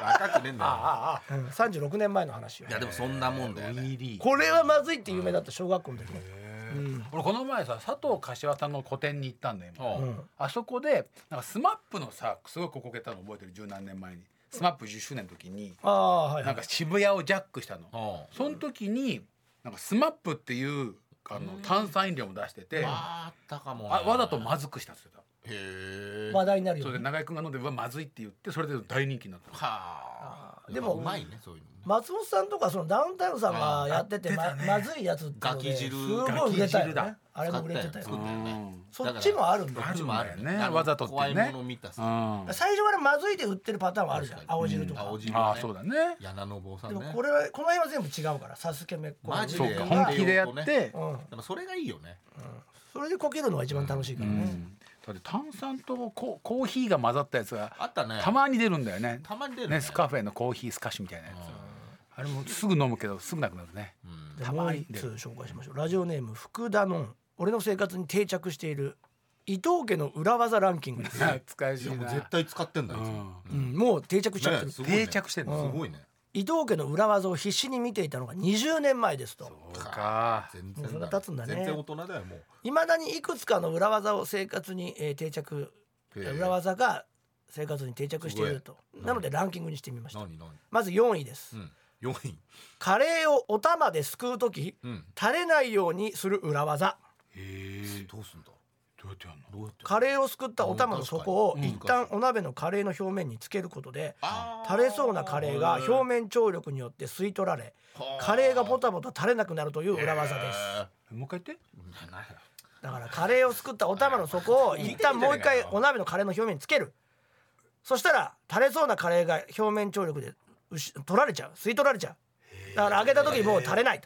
[SPEAKER 3] 赤くねえんだよ
[SPEAKER 2] うん36年前の話よ
[SPEAKER 3] いやでもそんなもんだよね
[SPEAKER 2] これはまずいって有名だった小学校の時ね
[SPEAKER 4] 俺この前さ佐藤柏さんの個展に行ったんだよ今
[SPEAKER 3] ああ
[SPEAKER 4] あそこでなんかスマップのさすごいここけたの覚えてる十何年前にスマップ10周年の時に
[SPEAKER 2] ああはいは
[SPEAKER 4] なん
[SPEAKER 2] い
[SPEAKER 4] か渋谷をジャックしたの
[SPEAKER 3] あ
[SPEAKER 4] その時になんかスマップっていうあの炭酸飲料も出しててあ
[SPEAKER 3] ああったかもね
[SPEAKER 4] わざとまずくしたっつってた
[SPEAKER 3] へえ
[SPEAKER 2] 話題になる
[SPEAKER 4] そ
[SPEAKER 2] よ
[SPEAKER 4] れで
[SPEAKER 2] ね
[SPEAKER 4] 中居君が飲んでうわまずいって言ってそれで大人気になったの
[SPEAKER 3] はあ
[SPEAKER 2] でも
[SPEAKER 3] うまいねそういうのね
[SPEAKER 2] 松本さんとかそのダウンタウンさんがやっててままずいやつってので
[SPEAKER 3] ガキ
[SPEAKER 2] す
[SPEAKER 3] 汁
[SPEAKER 2] ごい売れ
[SPEAKER 4] ガ
[SPEAKER 2] たよ
[SPEAKER 4] キ汁
[SPEAKER 2] ね
[SPEAKER 4] だ
[SPEAKER 2] あれも売れてた
[SPEAKER 3] 使
[SPEAKER 2] よ
[SPEAKER 3] ったよね
[SPEAKER 4] うん
[SPEAKER 2] そっちもあるんだ
[SPEAKER 3] こっ
[SPEAKER 2] よ
[SPEAKER 3] ちもある
[SPEAKER 4] あるんだよねわざとってね
[SPEAKER 3] 怖いもの見た
[SPEAKER 4] う
[SPEAKER 3] さ
[SPEAKER 4] ん
[SPEAKER 2] 最初からまずいで売ってるパターンはあるじゃん
[SPEAKER 3] 確かに
[SPEAKER 2] 青汁とか
[SPEAKER 3] 青汁
[SPEAKER 4] ああそうだね
[SPEAKER 3] 柳の坊さ
[SPEAKER 2] で
[SPEAKER 3] ん
[SPEAKER 2] も
[SPEAKER 3] ね
[SPEAKER 2] これはこの辺は全部違うからサスケめっこ
[SPEAKER 3] マジ
[SPEAKER 4] そう
[SPEAKER 3] で
[SPEAKER 4] か本気でやって
[SPEAKER 2] うん
[SPEAKER 3] でもそれがいいよね
[SPEAKER 2] それでこけるのが一番楽しいからね
[SPEAKER 4] だって炭酸とココーヒーが混ざったやつが
[SPEAKER 3] あったね
[SPEAKER 4] たまに出るんだよね
[SPEAKER 3] たまに出るね
[SPEAKER 4] ねスカフェのコーヒースカッシュみたいなやつあれもすぐ飲むけどすぐなくなるね
[SPEAKER 2] でもう一通紹介しましょうラジオネーム福田のん俺の生活に定着している伊藤家の裏技ランキングです、
[SPEAKER 4] 懐かし
[SPEAKER 3] い
[SPEAKER 4] い
[SPEAKER 3] やもう
[SPEAKER 4] な
[SPEAKER 3] 絶対使ってんだよいつも
[SPEAKER 2] うんもう定着しちゃってる
[SPEAKER 3] ねすごいね
[SPEAKER 4] 定着してん
[SPEAKER 3] す
[SPEAKER 4] の
[SPEAKER 3] ごいね
[SPEAKER 2] 伊藤家の裏技を必死に見ていたのが20年前ですと
[SPEAKER 4] そうか
[SPEAKER 3] 全
[SPEAKER 2] もうそ
[SPEAKER 3] 然
[SPEAKER 2] れ
[SPEAKER 3] だ
[SPEAKER 2] は立つんだね
[SPEAKER 3] 全然大人だよもう
[SPEAKER 2] いまだにいくつかの裏技を生活に、えー定着
[SPEAKER 3] へえ
[SPEAKER 2] 裏技が生活に定着しているとなのでランキングにしてみました
[SPEAKER 3] 何何
[SPEAKER 2] まず4位です、
[SPEAKER 3] うん4位
[SPEAKER 2] カレーをお玉ですくう時、
[SPEAKER 3] うん
[SPEAKER 2] 垂れないようにする裏技
[SPEAKER 4] へえ
[SPEAKER 3] どうすんだ
[SPEAKER 4] どうやってやんの
[SPEAKER 3] どうやって
[SPEAKER 2] カレーをすくったお玉の底を
[SPEAKER 3] うん
[SPEAKER 2] 一
[SPEAKER 3] 確かに
[SPEAKER 2] 旦お鍋のカレーの表面につけることで
[SPEAKER 3] あー
[SPEAKER 2] 垂れそうなカレーが表面張力によって吸い取られ
[SPEAKER 3] はあ
[SPEAKER 2] カレーがポタポタ垂れなくなるという裏技です
[SPEAKER 4] もう一回言って
[SPEAKER 3] なな
[SPEAKER 2] だからカレーをすくったお玉の底を一旦もう一回お鍋のカレーの表面につけるそしたら垂れそうなカレーが表面張力でうし取られちゃう吸い取られちゃうだから揚げた時にもう垂れない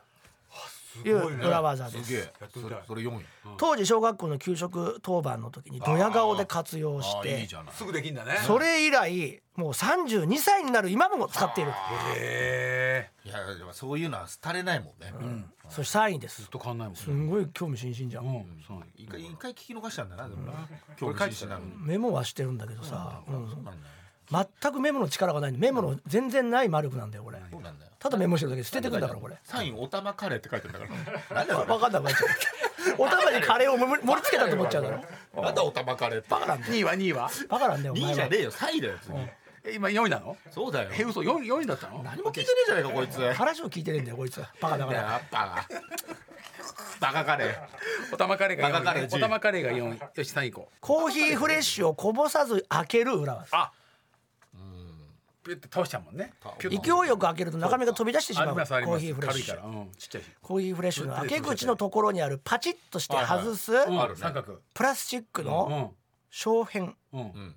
[SPEAKER 2] という裏技です
[SPEAKER 3] すげえ
[SPEAKER 4] やってみ
[SPEAKER 3] そ
[SPEAKER 4] たい
[SPEAKER 3] れそれ4位
[SPEAKER 2] 当時小学校の給食当番の時にドヤ顔で活用し
[SPEAKER 3] あーいい
[SPEAKER 2] て
[SPEAKER 3] じゃない
[SPEAKER 4] すぐできんだね
[SPEAKER 2] それ以来もう32歳になる今も使っている
[SPEAKER 4] へえ
[SPEAKER 3] いやでもそういうのは廃れないもんね
[SPEAKER 2] そして3位です
[SPEAKER 4] ずっと変わんないもん
[SPEAKER 2] すんごい興味津々じゃ
[SPEAKER 4] うんんそうなんだ
[SPEAKER 3] 一回一回聞き逃したんだなでもな興味津々なのに
[SPEAKER 2] メモはしてるんだけどさ、うん
[SPEAKER 3] なんだよ
[SPEAKER 2] 全くメモの力がないメモの全然ない魔力なんだよこれ
[SPEAKER 3] そうなんだよ
[SPEAKER 2] ただメモしてるだけで捨ててくんだからこれ
[SPEAKER 3] サインおたまカレーって書いてんだからなんだよ
[SPEAKER 2] 分かんない分かんないおたまにカレーを盛り付けたと思っちゃうだろ
[SPEAKER 3] なんだおたまカレーってバカなんだ
[SPEAKER 4] 2位は2位は
[SPEAKER 2] バカなんだよお
[SPEAKER 3] 2
[SPEAKER 2] 前
[SPEAKER 3] 位じゃ
[SPEAKER 2] は
[SPEAKER 3] ねえよ3位だよ次
[SPEAKER 4] え今4位なの
[SPEAKER 3] そうだよ
[SPEAKER 4] え嘘4位4位だったの
[SPEAKER 3] 何も聞いてねえじゃないかこいつや
[SPEAKER 2] 話を聞いてねえんだよこいつはバカだから
[SPEAKER 3] っぱバカカレー
[SPEAKER 4] おたまカレーが
[SPEAKER 3] バカカレ
[SPEAKER 4] 4
[SPEAKER 3] ー
[SPEAKER 4] 位
[SPEAKER 3] 10
[SPEAKER 4] おたまカレーが4位よし3位いこう
[SPEAKER 2] コーヒーフレッシュをこぼさず開ける裏技
[SPEAKER 4] あピュって倒しちゃうもんね
[SPEAKER 2] 勢いよく開けると中身が飛び出してし
[SPEAKER 4] あ
[SPEAKER 2] ま
[SPEAKER 4] り
[SPEAKER 2] うコ
[SPEAKER 4] ますあり
[SPEAKER 2] ー
[SPEAKER 4] ま
[SPEAKER 2] ヒー
[SPEAKER 4] す
[SPEAKER 2] フレッ
[SPEAKER 4] 軽い
[SPEAKER 2] シ
[SPEAKER 4] から
[SPEAKER 2] ュ
[SPEAKER 4] うんちっちゃいし
[SPEAKER 2] コーヒーフレッシュの開け口のところにあるパチッとして外す
[SPEAKER 3] んあ
[SPEAKER 4] う
[SPEAKER 3] る
[SPEAKER 4] ん
[SPEAKER 3] ね
[SPEAKER 4] 三角
[SPEAKER 2] プラスチック
[SPEAKER 4] う
[SPEAKER 2] の
[SPEAKER 4] ん
[SPEAKER 2] 小片
[SPEAKER 4] うん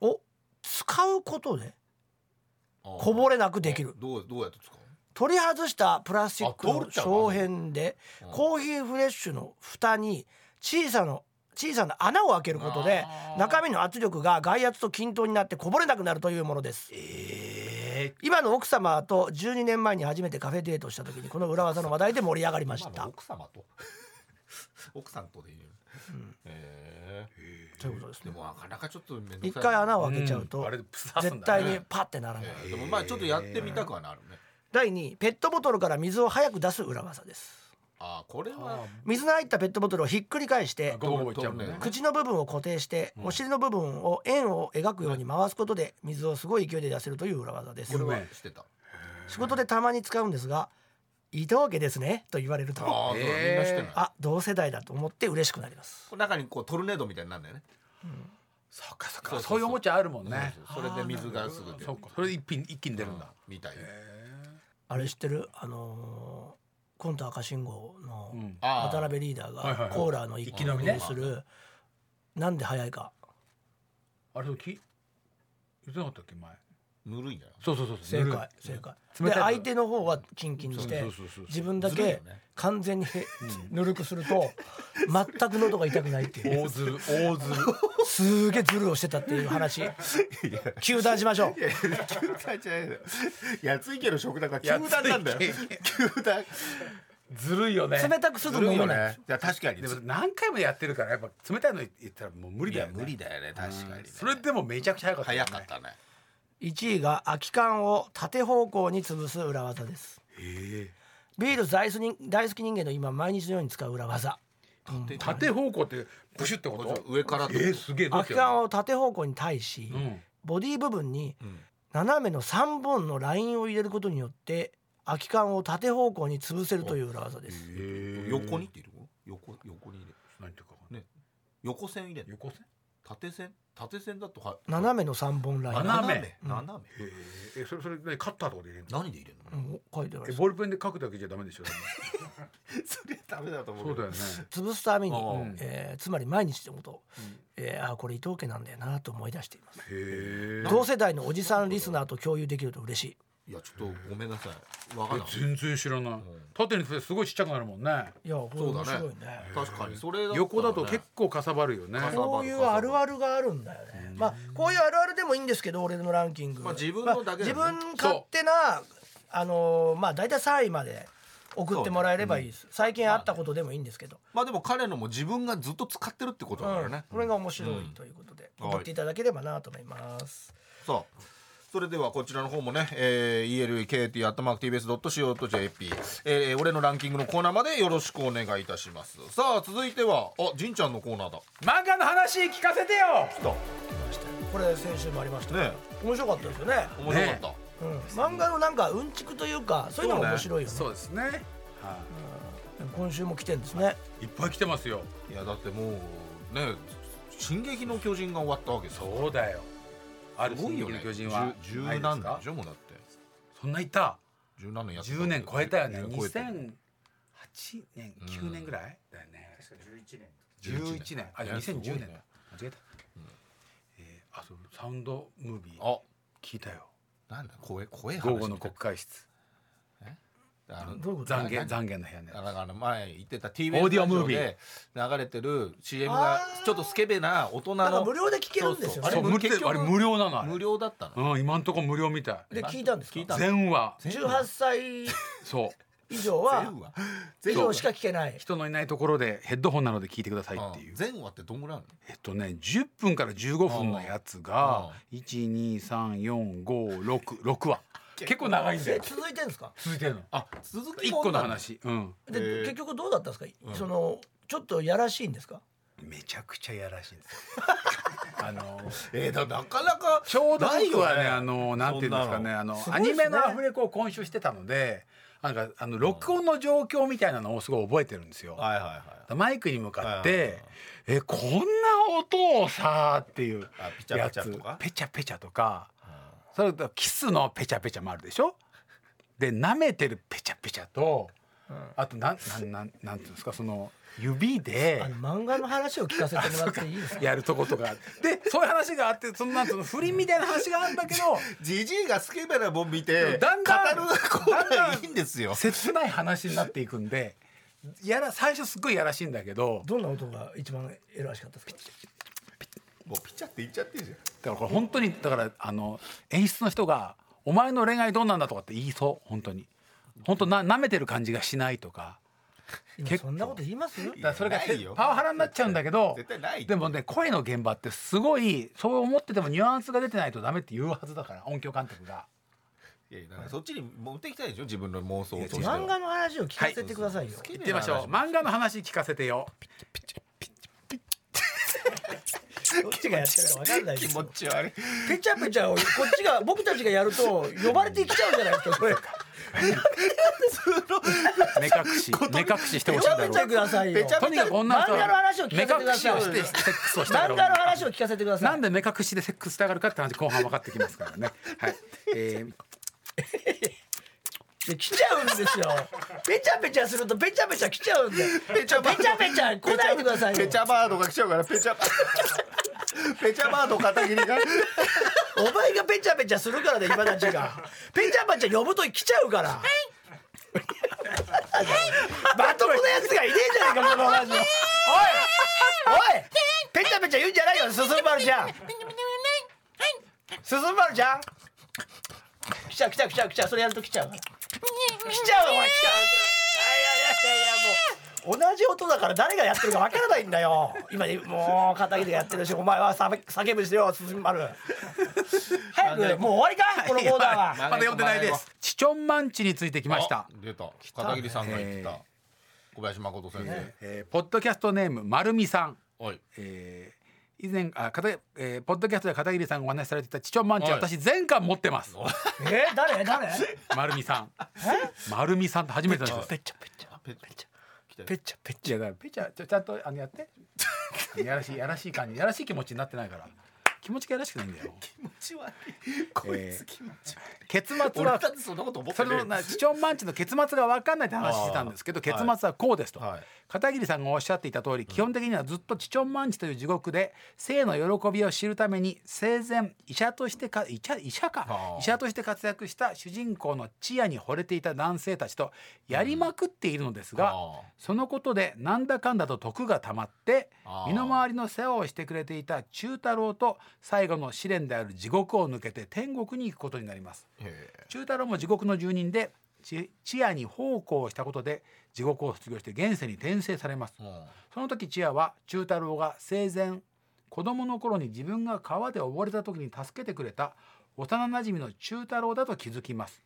[SPEAKER 2] を使うことでこぼれなくできる
[SPEAKER 3] どうどうやって使う
[SPEAKER 2] 取り外したプラスチック
[SPEAKER 3] あ
[SPEAKER 2] の
[SPEAKER 3] 取れちゃうの
[SPEAKER 2] 小片でコーヒーフレッシュの蓋に小さな小さな穴を開けることで
[SPEAKER 3] あー
[SPEAKER 2] 中身の圧力が外圧と均等になってこぼれなくなるというものです今の奥様と12年前に初めてカフェデートをした時にこの裏技の話題で盛り上がりまし
[SPEAKER 3] 今の
[SPEAKER 2] た
[SPEAKER 3] 奥様と 奥さんとでいいよねへえ
[SPEAKER 2] ということです
[SPEAKER 3] で
[SPEAKER 2] ね
[SPEAKER 3] もなかなかちょっと面倒
[SPEAKER 2] 一
[SPEAKER 3] くさい
[SPEAKER 2] 回穴
[SPEAKER 3] を
[SPEAKER 2] を開けちゃうと
[SPEAKER 4] んあれでプサすん
[SPEAKER 2] 絶
[SPEAKER 4] だね
[SPEAKER 2] 対にパッてならない
[SPEAKER 3] でもまあちょっとやってみたくはなるね
[SPEAKER 2] 第2位ペットボトルから水を早く出す裏技です
[SPEAKER 3] あーこれは
[SPEAKER 2] 水の入ったペットボトルをひっくり返して
[SPEAKER 4] ゴボゴボいっちゃうもんね
[SPEAKER 2] 口の部分を固定して、お尻の部分を円を描くように回すことで水をすごい勢いで出せるという裏技です
[SPEAKER 3] これ
[SPEAKER 4] う
[SPEAKER 3] は
[SPEAKER 4] ん
[SPEAKER 3] してた
[SPEAKER 2] 仕事でたまに使うんですが「伊藤家ですね」と言われると
[SPEAKER 3] ああそうだみんなしてない
[SPEAKER 2] あ同世代だと思って嬉しくなります
[SPEAKER 3] これ中にこうトルネードみたいになるんだよね
[SPEAKER 4] そうかそうか
[SPEAKER 3] そうそう
[SPEAKER 4] そういうおもちゃあるもんね
[SPEAKER 3] そうそうそれで水がすぐ出
[SPEAKER 4] そ
[SPEAKER 3] る
[SPEAKER 4] うかそれで一品一気に出るんだ
[SPEAKER 3] みたいな
[SPEAKER 2] あれ知ってるあのーコント赤信号の
[SPEAKER 4] うん
[SPEAKER 3] あー
[SPEAKER 2] 渡辺リーダー
[SPEAKER 4] はいはいは
[SPEAKER 2] が
[SPEAKER 4] い
[SPEAKER 2] コーラの一気飲み
[SPEAKER 4] ね
[SPEAKER 2] をするなんで早いか
[SPEAKER 4] あれそうき言ってなかったっけ前
[SPEAKER 3] ぬるいんじゃ ない
[SPEAKER 4] そうそうそう
[SPEAKER 2] 正解正解
[SPEAKER 4] 冷
[SPEAKER 2] で
[SPEAKER 4] たい
[SPEAKER 2] 相手の方はキンキンにして
[SPEAKER 4] そうそうそうそう
[SPEAKER 2] 自分だ
[SPEAKER 3] ずるい
[SPEAKER 2] け
[SPEAKER 3] よね
[SPEAKER 2] 完全にぬるくすると全く喉が痛くないっていう
[SPEAKER 4] 大ずる大ずる
[SPEAKER 2] すーげえズルをしてたっていう話糾弾しましょう
[SPEAKER 3] 球団じゃないだよ。安いけど食卓が球団なんだよ。球団。
[SPEAKER 4] ずるいよね
[SPEAKER 2] 冷たくすると
[SPEAKER 3] ずるい
[SPEAKER 2] 飲め
[SPEAKER 3] よ
[SPEAKER 2] ない
[SPEAKER 3] ね。いや確かに。
[SPEAKER 4] でも何回もやってるからやっぱ冷たいの言ったらもう無理
[SPEAKER 3] い
[SPEAKER 4] だよ
[SPEAKER 3] や
[SPEAKER 4] ね
[SPEAKER 3] 無理だよね確かにね。
[SPEAKER 4] それでもめちゃくちゃ早かったよ
[SPEAKER 3] 早
[SPEAKER 4] ね
[SPEAKER 3] かったね。
[SPEAKER 2] 1位が空き缶を縦方向に潰す裏技です
[SPEAKER 4] へ
[SPEAKER 2] ビール大好き人大好き人間の今毎日のように使う裏技
[SPEAKER 4] え縦方向ってプシュってこ
[SPEAKER 3] こっ
[SPEAKER 4] と
[SPEAKER 3] ち上から
[SPEAKER 4] えー、すげえどうや
[SPEAKER 2] 空
[SPEAKER 4] って
[SPEAKER 2] き
[SPEAKER 4] やる
[SPEAKER 2] 缶
[SPEAKER 4] の
[SPEAKER 2] を縦方向に対し、
[SPEAKER 4] うん
[SPEAKER 2] ボディ部分に斜めの3本のラインを入れることによって空き缶を縦方向に潰せるという裏技です
[SPEAKER 3] 横にっていうの？横横に入れ。
[SPEAKER 4] なんていうか
[SPEAKER 3] ね。横線入れんの。
[SPEAKER 4] 横線
[SPEAKER 3] 縦線縦線だとは。
[SPEAKER 2] 斜めの3本ライン
[SPEAKER 4] 斜め
[SPEAKER 3] 斜め。斜
[SPEAKER 4] へーえそれそれ何カッターとかで入れる
[SPEAKER 3] め何で入れるの？
[SPEAKER 2] うん書いてあ
[SPEAKER 4] え
[SPEAKER 2] る
[SPEAKER 4] ボールペンで書くだけじゃダメでしょでも
[SPEAKER 3] それダメだと思
[SPEAKER 4] そうだよね
[SPEAKER 2] 潰すために
[SPEAKER 3] うん、
[SPEAKER 2] えーつまり毎日のことを、えーあーこれ伊藤家なんだよなと思い出しています
[SPEAKER 4] へえ
[SPEAKER 2] 同世代のおじさんリスナーと共有できると嬉しい
[SPEAKER 3] いやちょっとごめんなさい。わからない。
[SPEAKER 4] 全然知らない縦に振ってすごいちっちゃくなるもんね
[SPEAKER 2] いやこれ
[SPEAKER 3] そう
[SPEAKER 2] 面
[SPEAKER 3] だ
[SPEAKER 2] 白い
[SPEAKER 3] ね
[SPEAKER 2] ね。
[SPEAKER 3] 確かにそれったらね
[SPEAKER 4] 横だと結構かさばるよね
[SPEAKER 3] かさば
[SPEAKER 2] こういうあるあるがあるんだよねまあこういうあるあるでもいいんですけど俺のランキング、
[SPEAKER 3] まあ自分のだけだね
[SPEAKER 2] まあ自分勝手なあのーまあ大体3位まで送ってもらえればいいです、最近あったことでもいいんですけど、
[SPEAKER 3] まあでも彼のも自分がずっと使ってるってことだから
[SPEAKER 2] うん
[SPEAKER 3] ね。
[SPEAKER 2] これが面白いということで、
[SPEAKER 3] うん
[SPEAKER 2] 送っていただければなと思います、
[SPEAKER 3] さあそれではこちらの方もね、えー、elekt.tbs.co.jp、えー、俺のランキングのコーナーまでよろしくお願いいたしますさあ続いてはあじんちゃんのコーナーだ
[SPEAKER 4] 漫画の話聞かせてよ
[SPEAKER 2] これ先週もありましたね
[SPEAKER 3] ね
[SPEAKER 2] 面白かったですよね、
[SPEAKER 3] 面白かった、
[SPEAKER 2] うん漫画のなんかうんちくというかそういうのが面白いよね
[SPEAKER 4] そうですねは
[SPEAKER 2] 今週も来てんですね
[SPEAKER 4] いいっぱい来てますよ
[SPEAKER 3] いやだってもうね「進撃の巨人」が終わったわけですよ
[SPEAKER 4] そうだよある
[SPEAKER 3] すごいよ
[SPEAKER 4] 進撃
[SPEAKER 3] ね
[SPEAKER 4] の巨人は
[SPEAKER 3] 十十
[SPEAKER 4] ないですか
[SPEAKER 3] 何年でしょもうだって
[SPEAKER 4] そんないた
[SPEAKER 3] 十何年やって
[SPEAKER 4] 10年超えたよね
[SPEAKER 3] 10超えてる
[SPEAKER 4] 2008年9年ぐらいだよね
[SPEAKER 3] 11
[SPEAKER 4] 11年あ
[SPEAKER 3] いや
[SPEAKER 4] 2010
[SPEAKER 3] すご
[SPEAKER 4] 年
[SPEAKER 3] いね
[SPEAKER 4] だ間違えたえーあそうサウンドムービー
[SPEAKER 3] あ
[SPEAKER 4] 聞いたよ
[SPEAKER 3] なんだ声声
[SPEAKER 4] 午後の国会室
[SPEAKER 3] あの
[SPEAKER 2] どういうこと
[SPEAKER 4] 懺悔懺悔の部屋ね
[SPEAKER 3] あだから前言ってた TBS
[SPEAKER 4] オーディオムービー
[SPEAKER 3] ラジオで流れてる CM がちょっとスケベな大人
[SPEAKER 2] なんか
[SPEAKER 3] の
[SPEAKER 2] 無料で聞けるんですよね
[SPEAKER 3] あれ
[SPEAKER 4] そう無
[SPEAKER 3] 結局
[SPEAKER 4] あれ無料なのあれ
[SPEAKER 3] 無料だったの
[SPEAKER 4] うん今んとこ無料みたい
[SPEAKER 2] で聞いたんですか
[SPEAKER 3] 聞いたの
[SPEAKER 4] 全話
[SPEAKER 2] 18歳
[SPEAKER 4] そう
[SPEAKER 2] 以上は
[SPEAKER 3] 全話
[SPEAKER 2] 以
[SPEAKER 3] 全
[SPEAKER 2] 上
[SPEAKER 3] 話
[SPEAKER 2] しか聞けない
[SPEAKER 4] 人のいないところでヘッドホンなので聞いてくださいっていう
[SPEAKER 3] うん全話ってどんぐらいあるの
[SPEAKER 4] えっとね10分から15分のやつが123456話結構長いんだ
[SPEAKER 2] え
[SPEAKER 4] よ
[SPEAKER 2] 続いてんですか
[SPEAKER 4] 続いてるの
[SPEAKER 3] あ続き
[SPEAKER 4] 一個の話うん
[SPEAKER 2] で
[SPEAKER 3] へー
[SPEAKER 2] 結局どうだったんですか、そのちょっとやらしいんですか
[SPEAKER 4] めちゃくちゃやらしいんですよ あの
[SPEAKER 3] えー、だなかなか
[SPEAKER 4] ちょうど僕は
[SPEAKER 3] ない
[SPEAKER 4] ね
[SPEAKER 3] よ
[SPEAKER 4] あのなんていうんですか
[SPEAKER 3] そん
[SPEAKER 4] ね
[SPEAKER 3] な
[SPEAKER 4] あの
[SPEAKER 2] すご
[SPEAKER 4] ア
[SPEAKER 2] いで
[SPEAKER 4] ニ
[SPEAKER 2] すね
[SPEAKER 4] メのアフレコを今週してたのでなんかあの録音の状況みたいなのをすごい覚えてるんですよ。
[SPEAKER 3] はいはいはい
[SPEAKER 4] マイクに向かっ
[SPEAKER 3] はいはいは
[SPEAKER 4] て
[SPEAKER 3] い
[SPEAKER 4] 「えこんな音をさ」っていう
[SPEAKER 3] あピチャ
[SPEAKER 4] や
[SPEAKER 3] ピチャ
[SPEAKER 4] つ
[SPEAKER 3] とか
[SPEAKER 4] ペチャペチャとかそれとキスのペチャペチャもあるでしょで舐めてるペチャペチャとあとなんなんなんなんていうんですかその指で
[SPEAKER 2] あの漫画の話を聞かせてもらっていいですか
[SPEAKER 4] やるとことかでそういう話があってそのなんつうの不倫みたいな話があるんだけど
[SPEAKER 3] ジジイがスケベなもん見て
[SPEAKER 4] だんだん
[SPEAKER 3] 語るこ
[SPEAKER 4] だんだん
[SPEAKER 3] いいんですよ
[SPEAKER 4] 切ない話になっていくんでやら最初すっごいやらしいんだけど
[SPEAKER 2] どんな音が一番偉らしかったですか
[SPEAKER 3] もうピチャって言っちゃってるじゃん
[SPEAKER 4] だからこれ本当にだからあの演出の人が「お前の恋愛どうなんだ」とかって言いそう本当に本当な舐めてる感じがしないとか
[SPEAKER 2] 今
[SPEAKER 4] 結構
[SPEAKER 2] そんなこと言います
[SPEAKER 4] だからそれが
[SPEAKER 3] ないよ
[SPEAKER 4] パワハラになっちゃうんだけど
[SPEAKER 3] 絶対ないって
[SPEAKER 4] でもね声の現場ってすごいそう思っててもニュアンスが出てないとダメって言うはずだから音響監督が。
[SPEAKER 3] いやいやだからそっちに持っていきたいでしょ自分の妄想としては
[SPEAKER 2] 漫画の話を聞かせてくださいよ、
[SPEAKER 3] い
[SPEAKER 4] 行ってみましょう漫画の話聞かせてよ。
[SPEAKER 2] どっちがやってるかわかんないで
[SPEAKER 3] 気
[SPEAKER 2] す
[SPEAKER 3] 持
[SPEAKER 2] よ
[SPEAKER 3] ち悪い
[SPEAKER 2] ペチャペチャをこっちが 僕たちがやると呼ばれてきちゃうんじゃないですかこれ
[SPEAKER 4] 目隠し目隠ししてほ
[SPEAKER 2] ペ
[SPEAKER 4] しいん
[SPEAKER 2] チャ
[SPEAKER 4] だ
[SPEAKER 2] ペ
[SPEAKER 4] ろ
[SPEAKER 2] チャ
[SPEAKER 4] う。
[SPEAKER 2] くださいよ
[SPEAKER 3] ペチャ
[SPEAKER 4] とにかく女の人
[SPEAKER 2] 漫画の話を
[SPEAKER 4] は
[SPEAKER 2] 聞
[SPEAKER 4] 目
[SPEAKER 2] かせてく
[SPEAKER 4] 隠
[SPEAKER 2] だ
[SPEAKER 4] し
[SPEAKER 2] さい
[SPEAKER 4] をしてセックスをしたが
[SPEAKER 2] 漫
[SPEAKER 4] る
[SPEAKER 2] 画の話を聞かせてくださ
[SPEAKER 4] ないんで目隠しでセックスしたがるかって話後半分かってきますからね。はい。えー
[SPEAKER 2] で来ちゃうんですよペチャペチャするとペチャペチャ来ちゃうんでペチャペチャ来ないでくださいよ
[SPEAKER 3] ペチャバードが来ちゃうからペチャ バードペチャバード片桐が
[SPEAKER 2] お前がペチャペチャするからで今たちがペチャペチャ呼ぶと来ちゃうから バトルのやつがいねえじゃないかこの 話おいおいペチャペチャ言うんじゃないよ進まるじゃん進まるじゃん来ちゃう来ちゃう来ちゃう来ちゃうそれやると来ちゃうから来ちゃうお前来ちゃういやいやいやいやもう同じ音だから誰がやってるかわからないんだよ今もう片桐がやってるしお前は叫叫ぶしてよ進まる早くもう終わりかこのコーナーは
[SPEAKER 4] まだ読んでないです。チチョンマンチについてきました
[SPEAKER 3] あ。出た片桐さんが言った小林誠先生
[SPEAKER 4] えーポッドキャストネームまるみさん。
[SPEAKER 3] はい
[SPEAKER 4] えー以前あ片えーポッドキャストで片桐さんがお話しされていたチチョンマンチ、
[SPEAKER 3] はい
[SPEAKER 4] 私全巻持ってます。
[SPEAKER 2] えー誰誰
[SPEAKER 4] まるみ さん。まるみさんって初めてなんですよ。
[SPEAKER 2] チャペチャ
[SPEAKER 3] ペチャ
[SPEAKER 2] ペチャペチ
[SPEAKER 4] いやだからペチャちょちゃんとあのやって。やらしいやらしい感じやらしい気持ちになってないから気持ちがやらしくないん だよ。
[SPEAKER 3] 気持ち悪いこいつ気持ち悪い
[SPEAKER 4] 結末
[SPEAKER 3] 俺
[SPEAKER 4] は
[SPEAKER 3] だってそんなこと思って
[SPEAKER 4] そ
[SPEAKER 3] ね
[SPEAKER 4] れ
[SPEAKER 3] え
[SPEAKER 4] のなチチョンマンチの結末が分かんないって話してたんですけど
[SPEAKER 3] あー
[SPEAKER 4] 結末はこうですと、
[SPEAKER 3] はい
[SPEAKER 4] 片桐さんがおっしゃっていた通り基本的にはずっとチチョンマンチという地獄で性の喜びを知るために生前医者としてか医者医者か
[SPEAKER 3] あー
[SPEAKER 4] 医者として活躍した主人公のチヤに惚れていた男性たちとやりまくっているのですが、
[SPEAKER 3] あー
[SPEAKER 4] そのことでなんだかんだと毒がたまって
[SPEAKER 3] あー
[SPEAKER 4] 身の回りの世話をしてくれていた中太郎と最後の試練である地獄を抜けて天国に行くことになります。
[SPEAKER 3] へえ
[SPEAKER 4] 中太郎も地獄の住人でちチアに奉公をしたことで地獄を卒業して現世に転生されます
[SPEAKER 3] うん
[SPEAKER 4] その時チアは中太郎が生前子供の頃に自分が川で溺れた時に助けてくれた幼なじみの中太郎だと気づきます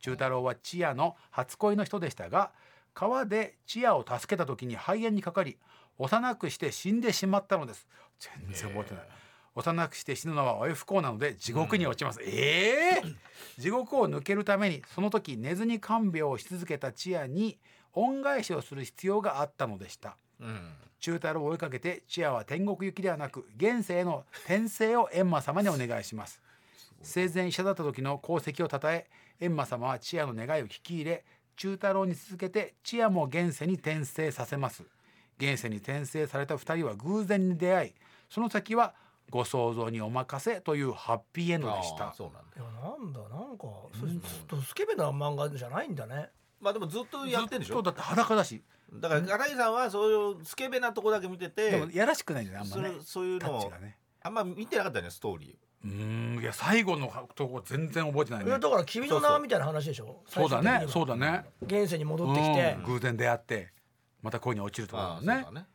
[SPEAKER 4] 中太郎はチアの初恋の人でしたが川でチアを助けた時に肺炎にかかり幼くして死んでしまったのです全然覚えてない幼くして死ぬのはお不幸なので地獄に落ちます、ええ地獄を抜けるためにその時寝ずに看病をし続けたチアに恩返しをする必要があったのでした
[SPEAKER 3] うん
[SPEAKER 4] 中太郎を追いかけてチアは天国行きではなく現世への転生を閻魔様にお願いします生前医者だった時の功績をたたえ閻魔様はチアの願いを聞き入れ中太郎に続けてチアも現世に転生させます現世に転生された2人は偶然に出会いその先はご想像にお任せというハッピーエンドでし
[SPEAKER 3] あ
[SPEAKER 4] た
[SPEAKER 3] ーそうなんだ
[SPEAKER 2] ャいやなんだなんかそれずっとスケベな漫画じゃないんだね
[SPEAKER 3] まあでもずっとやってんでし
[SPEAKER 4] そ
[SPEAKER 3] ょ
[SPEAKER 4] うだって裸だし
[SPEAKER 3] だから片桐さんはそういうスケベなとこだけ見て
[SPEAKER 4] で
[SPEAKER 3] て
[SPEAKER 4] もやらしくないじゃないあんま
[SPEAKER 3] そ
[SPEAKER 4] ね
[SPEAKER 3] れそういう
[SPEAKER 4] タッ
[SPEAKER 3] の
[SPEAKER 4] チ
[SPEAKER 3] を
[SPEAKER 4] がね
[SPEAKER 3] あんま見てなかったよねストーリー
[SPEAKER 4] うーんいや最後のとこ全然覚えてない
[SPEAKER 2] い
[SPEAKER 4] ね
[SPEAKER 2] やだから君の名はみたいな話でしょ
[SPEAKER 4] そうだねそううだね
[SPEAKER 2] 現世に戻ってきて
[SPEAKER 4] うん偶然出会ってまた恋に落ちるところだも
[SPEAKER 3] あそ
[SPEAKER 4] ん
[SPEAKER 3] うだ
[SPEAKER 4] ね
[SPEAKER 3] ね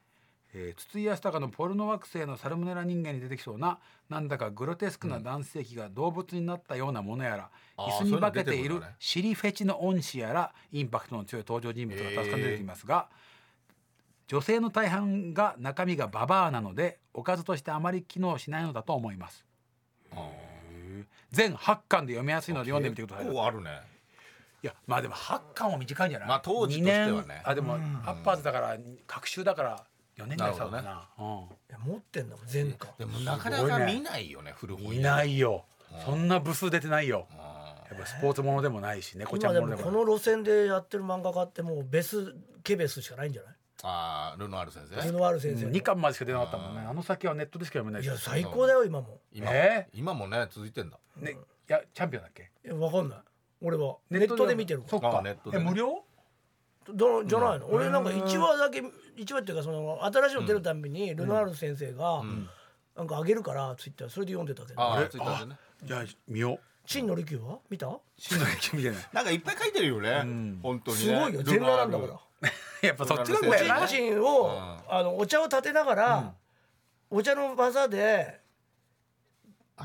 [SPEAKER 4] えー、筒井康隆のポルノ惑星のサルモネラ人間に出てきそうななんだかグロテスクな男性器が動物になったようなものやら、
[SPEAKER 3] あー
[SPEAKER 4] 椅子に化けて
[SPEAKER 3] そうい
[SPEAKER 4] いう
[SPEAKER 3] の出てくるん
[SPEAKER 4] る
[SPEAKER 3] だね
[SPEAKER 4] 尻フェチの恩師やらインパクトの強い登場人物がたくさん出てきますが、女性の大半が中身がババアなのでおかずとしてあまり機能しないのだと思います。全8巻で読みやすいので読んでみてください。
[SPEAKER 3] 結構あるね
[SPEAKER 4] いやまあでも8巻は短いんじゃない、
[SPEAKER 3] まあ当時としてはね
[SPEAKER 4] 二年あでもアッパーズだから隔週だから4年ぐらい差だな
[SPEAKER 3] な
[SPEAKER 4] うん
[SPEAKER 2] いや持ってんだもん前回
[SPEAKER 3] でもなかなか見ないよね古本
[SPEAKER 4] いないいよ。そんな部数出てないよ。
[SPEAKER 3] あ
[SPEAKER 4] やっぱスポーツものでもないし、猫ちゃん
[SPEAKER 2] 今で
[SPEAKER 4] もの
[SPEAKER 2] も
[SPEAKER 4] で
[SPEAKER 2] こ
[SPEAKER 4] もない。
[SPEAKER 2] の路線でやってる漫画家ってもうベスケベスしかないんじゃない
[SPEAKER 3] あールノアール先
[SPEAKER 2] ル
[SPEAKER 3] 生
[SPEAKER 2] ノワール先生の
[SPEAKER 4] 二巻までしか出なかったもんね。あの先はネットでしか読めない
[SPEAKER 2] い
[SPEAKER 4] し
[SPEAKER 2] や。最高だよ今も
[SPEAKER 3] 今
[SPEAKER 4] え
[SPEAKER 3] 今もね続いてんだ
[SPEAKER 4] ね、いやチャンピオンだっけ？
[SPEAKER 2] いやわかんない俺はネットで見てる
[SPEAKER 4] そっ
[SPEAKER 3] あ
[SPEAKER 4] か
[SPEAKER 3] ネット。で
[SPEAKER 4] え
[SPEAKER 3] ね
[SPEAKER 4] 無料？
[SPEAKER 2] どのじゃないの、俺なんか1話だけ1話っていうかその新しいの出るたんびにルノワール先生がなんかあげるからツイッターそれで読んでたけど、
[SPEAKER 3] あ
[SPEAKER 4] あ
[SPEAKER 3] あ
[SPEAKER 4] れ
[SPEAKER 3] ツイッターでね
[SPEAKER 4] じゃあ見よう。
[SPEAKER 2] 陳の利休は見た
[SPEAKER 4] 死の駅み たいな。
[SPEAKER 3] なんかいっぱい書いてるよね本当にね
[SPEAKER 2] すごいよ全裸なんだから
[SPEAKER 4] やっぱそっちの方が
[SPEAKER 3] ル
[SPEAKER 4] いい
[SPEAKER 3] ノ
[SPEAKER 4] な
[SPEAKER 3] アール。
[SPEAKER 2] チンチンを、あのお茶を立てながら、お茶の技で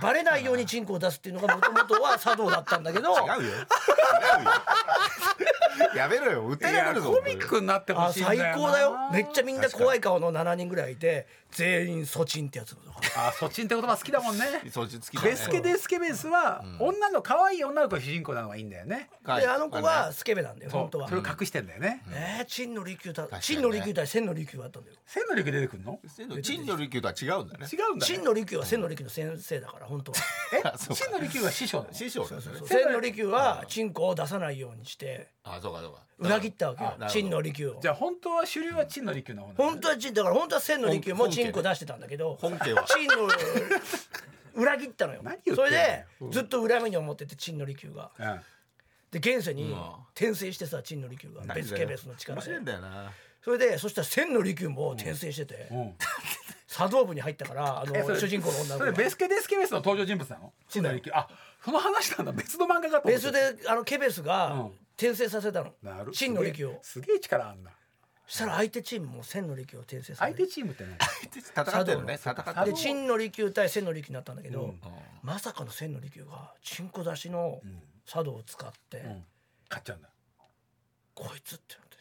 [SPEAKER 2] バレないようにチンコを出すっていうのがもともとは茶道だったんだけど
[SPEAKER 3] 違うよ違うよやめろよ訴え
[SPEAKER 4] い
[SPEAKER 3] られ
[SPEAKER 4] や
[SPEAKER 3] るぞ
[SPEAKER 4] コミックになってほ
[SPEAKER 2] あ
[SPEAKER 4] しいんだ
[SPEAKER 2] 最
[SPEAKER 4] よな。
[SPEAKER 2] 高だよめっちゃみんな怖い顔の7人ぐらいいて全員ソチンってやつとか
[SPEAKER 4] あそっちんって言葉好きだもんね。
[SPEAKER 3] そっちつきだね
[SPEAKER 4] ベスケデスケベスは女の可愛い女の子が主人公なのがいいんだよね。
[SPEAKER 2] であの子はスケベなんだよ
[SPEAKER 4] そ
[SPEAKER 2] 本
[SPEAKER 4] う
[SPEAKER 2] 当は
[SPEAKER 4] それを隠してんだよね。
[SPEAKER 2] ねえ陳の利休対
[SPEAKER 3] かにね
[SPEAKER 2] 陳の利休対千の利休があったんだよ
[SPEAKER 4] 千の力出てくるの？
[SPEAKER 3] 陳の利休とは違うんだね
[SPEAKER 4] 違うんだね
[SPEAKER 2] 陳。の利休は千の利休の先生だから本当は
[SPEAKER 4] え
[SPEAKER 3] あそうか
[SPEAKER 4] 真の利休は師匠なの
[SPEAKER 3] 師匠ですね
[SPEAKER 2] 千の利休はチンコを出さないようにして
[SPEAKER 3] あそうかそうか
[SPEAKER 2] 裏切ったわけ
[SPEAKER 3] あなるほ
[SPEAKER 2] よ
[SPEAKER 3] ど
[SPEAKER 2] 陳の利休を
[SPEAKER 4] じゃあ本当は主流は陳の利休の方なの
[SPEAKER 2] 本当はチンだから本当は千の利休もチンコ出してたんだけど
[SPEAKER 3] 本家は
[SPEAKER 2] チ ンの裏切ったのよ
[SPEAKER 4] 何言ってんの
[SPEAKER 2] それでずっと恨みに思っててチンの利休が
[SPEAKER 4] うん
[SPEAKER 2] で現世に
[SPEAKER 3] ん
[SPEAKER 2] 転生してさチンの利休がベスケベスの力
[SPEAKER 3] 面白い
[SPEAKER 2] で
[SPEAKER 3] んだよな
[SPEAKER 2] それでそしたら千の利休も転生してて
[SPEAKER 4] うん
[SPEAKER 2] 茶道部に入ったからあ
[SPEAKER 4] えそ
[SPEAKER 2] の
[SPEAKER 4] れ
[SPEAKER 2] 主人公の女の
[SPEAKER 4] そ
[SPEAKER 2] 子
[SPEAKER 4] れ
[SPEAKER 2] が
[SPEAKER 4] ベスケデスケベスの登場人物なの
[SPEAKER 2] そう
[SPEAKER 4] 陳
[SPEAKER 2] だ
[SPEAKER 4] の
[SPEAKER 2] よ
[SPEAKER 4] 利休あその話なんだ別の漫画かと思
[SPEAKER 2] ベー
[SPEAKER 4] って
[SPEAKER 2] スであのケベス
[SPEAKER 4] うん
[SPEAKER 2] が転生させたの
[SPEAKER 4] なる
[SPEAKER 2] 真の力を
[SPEAKER 4] すげえすげえ力あんな
[SPEAKER 2] そしたら相手チームも千の力を転生させ
[SPEAKER 4] 相
[SPEAKER 2] て
[SPEAKER 4] 手チームってね
[SPEAKER 3] 戦ってるね戦って
[SPEAKER 2] で
[SPEAKER 3] る
[SPEAKER 2] 陳の利休対千の力になったんだけど、まさかの千の利休がチンコ出しの茶道を使って、
[SPEAKER 4] 勝っちゃうんだ
[SPEAKER 2] こいつってなって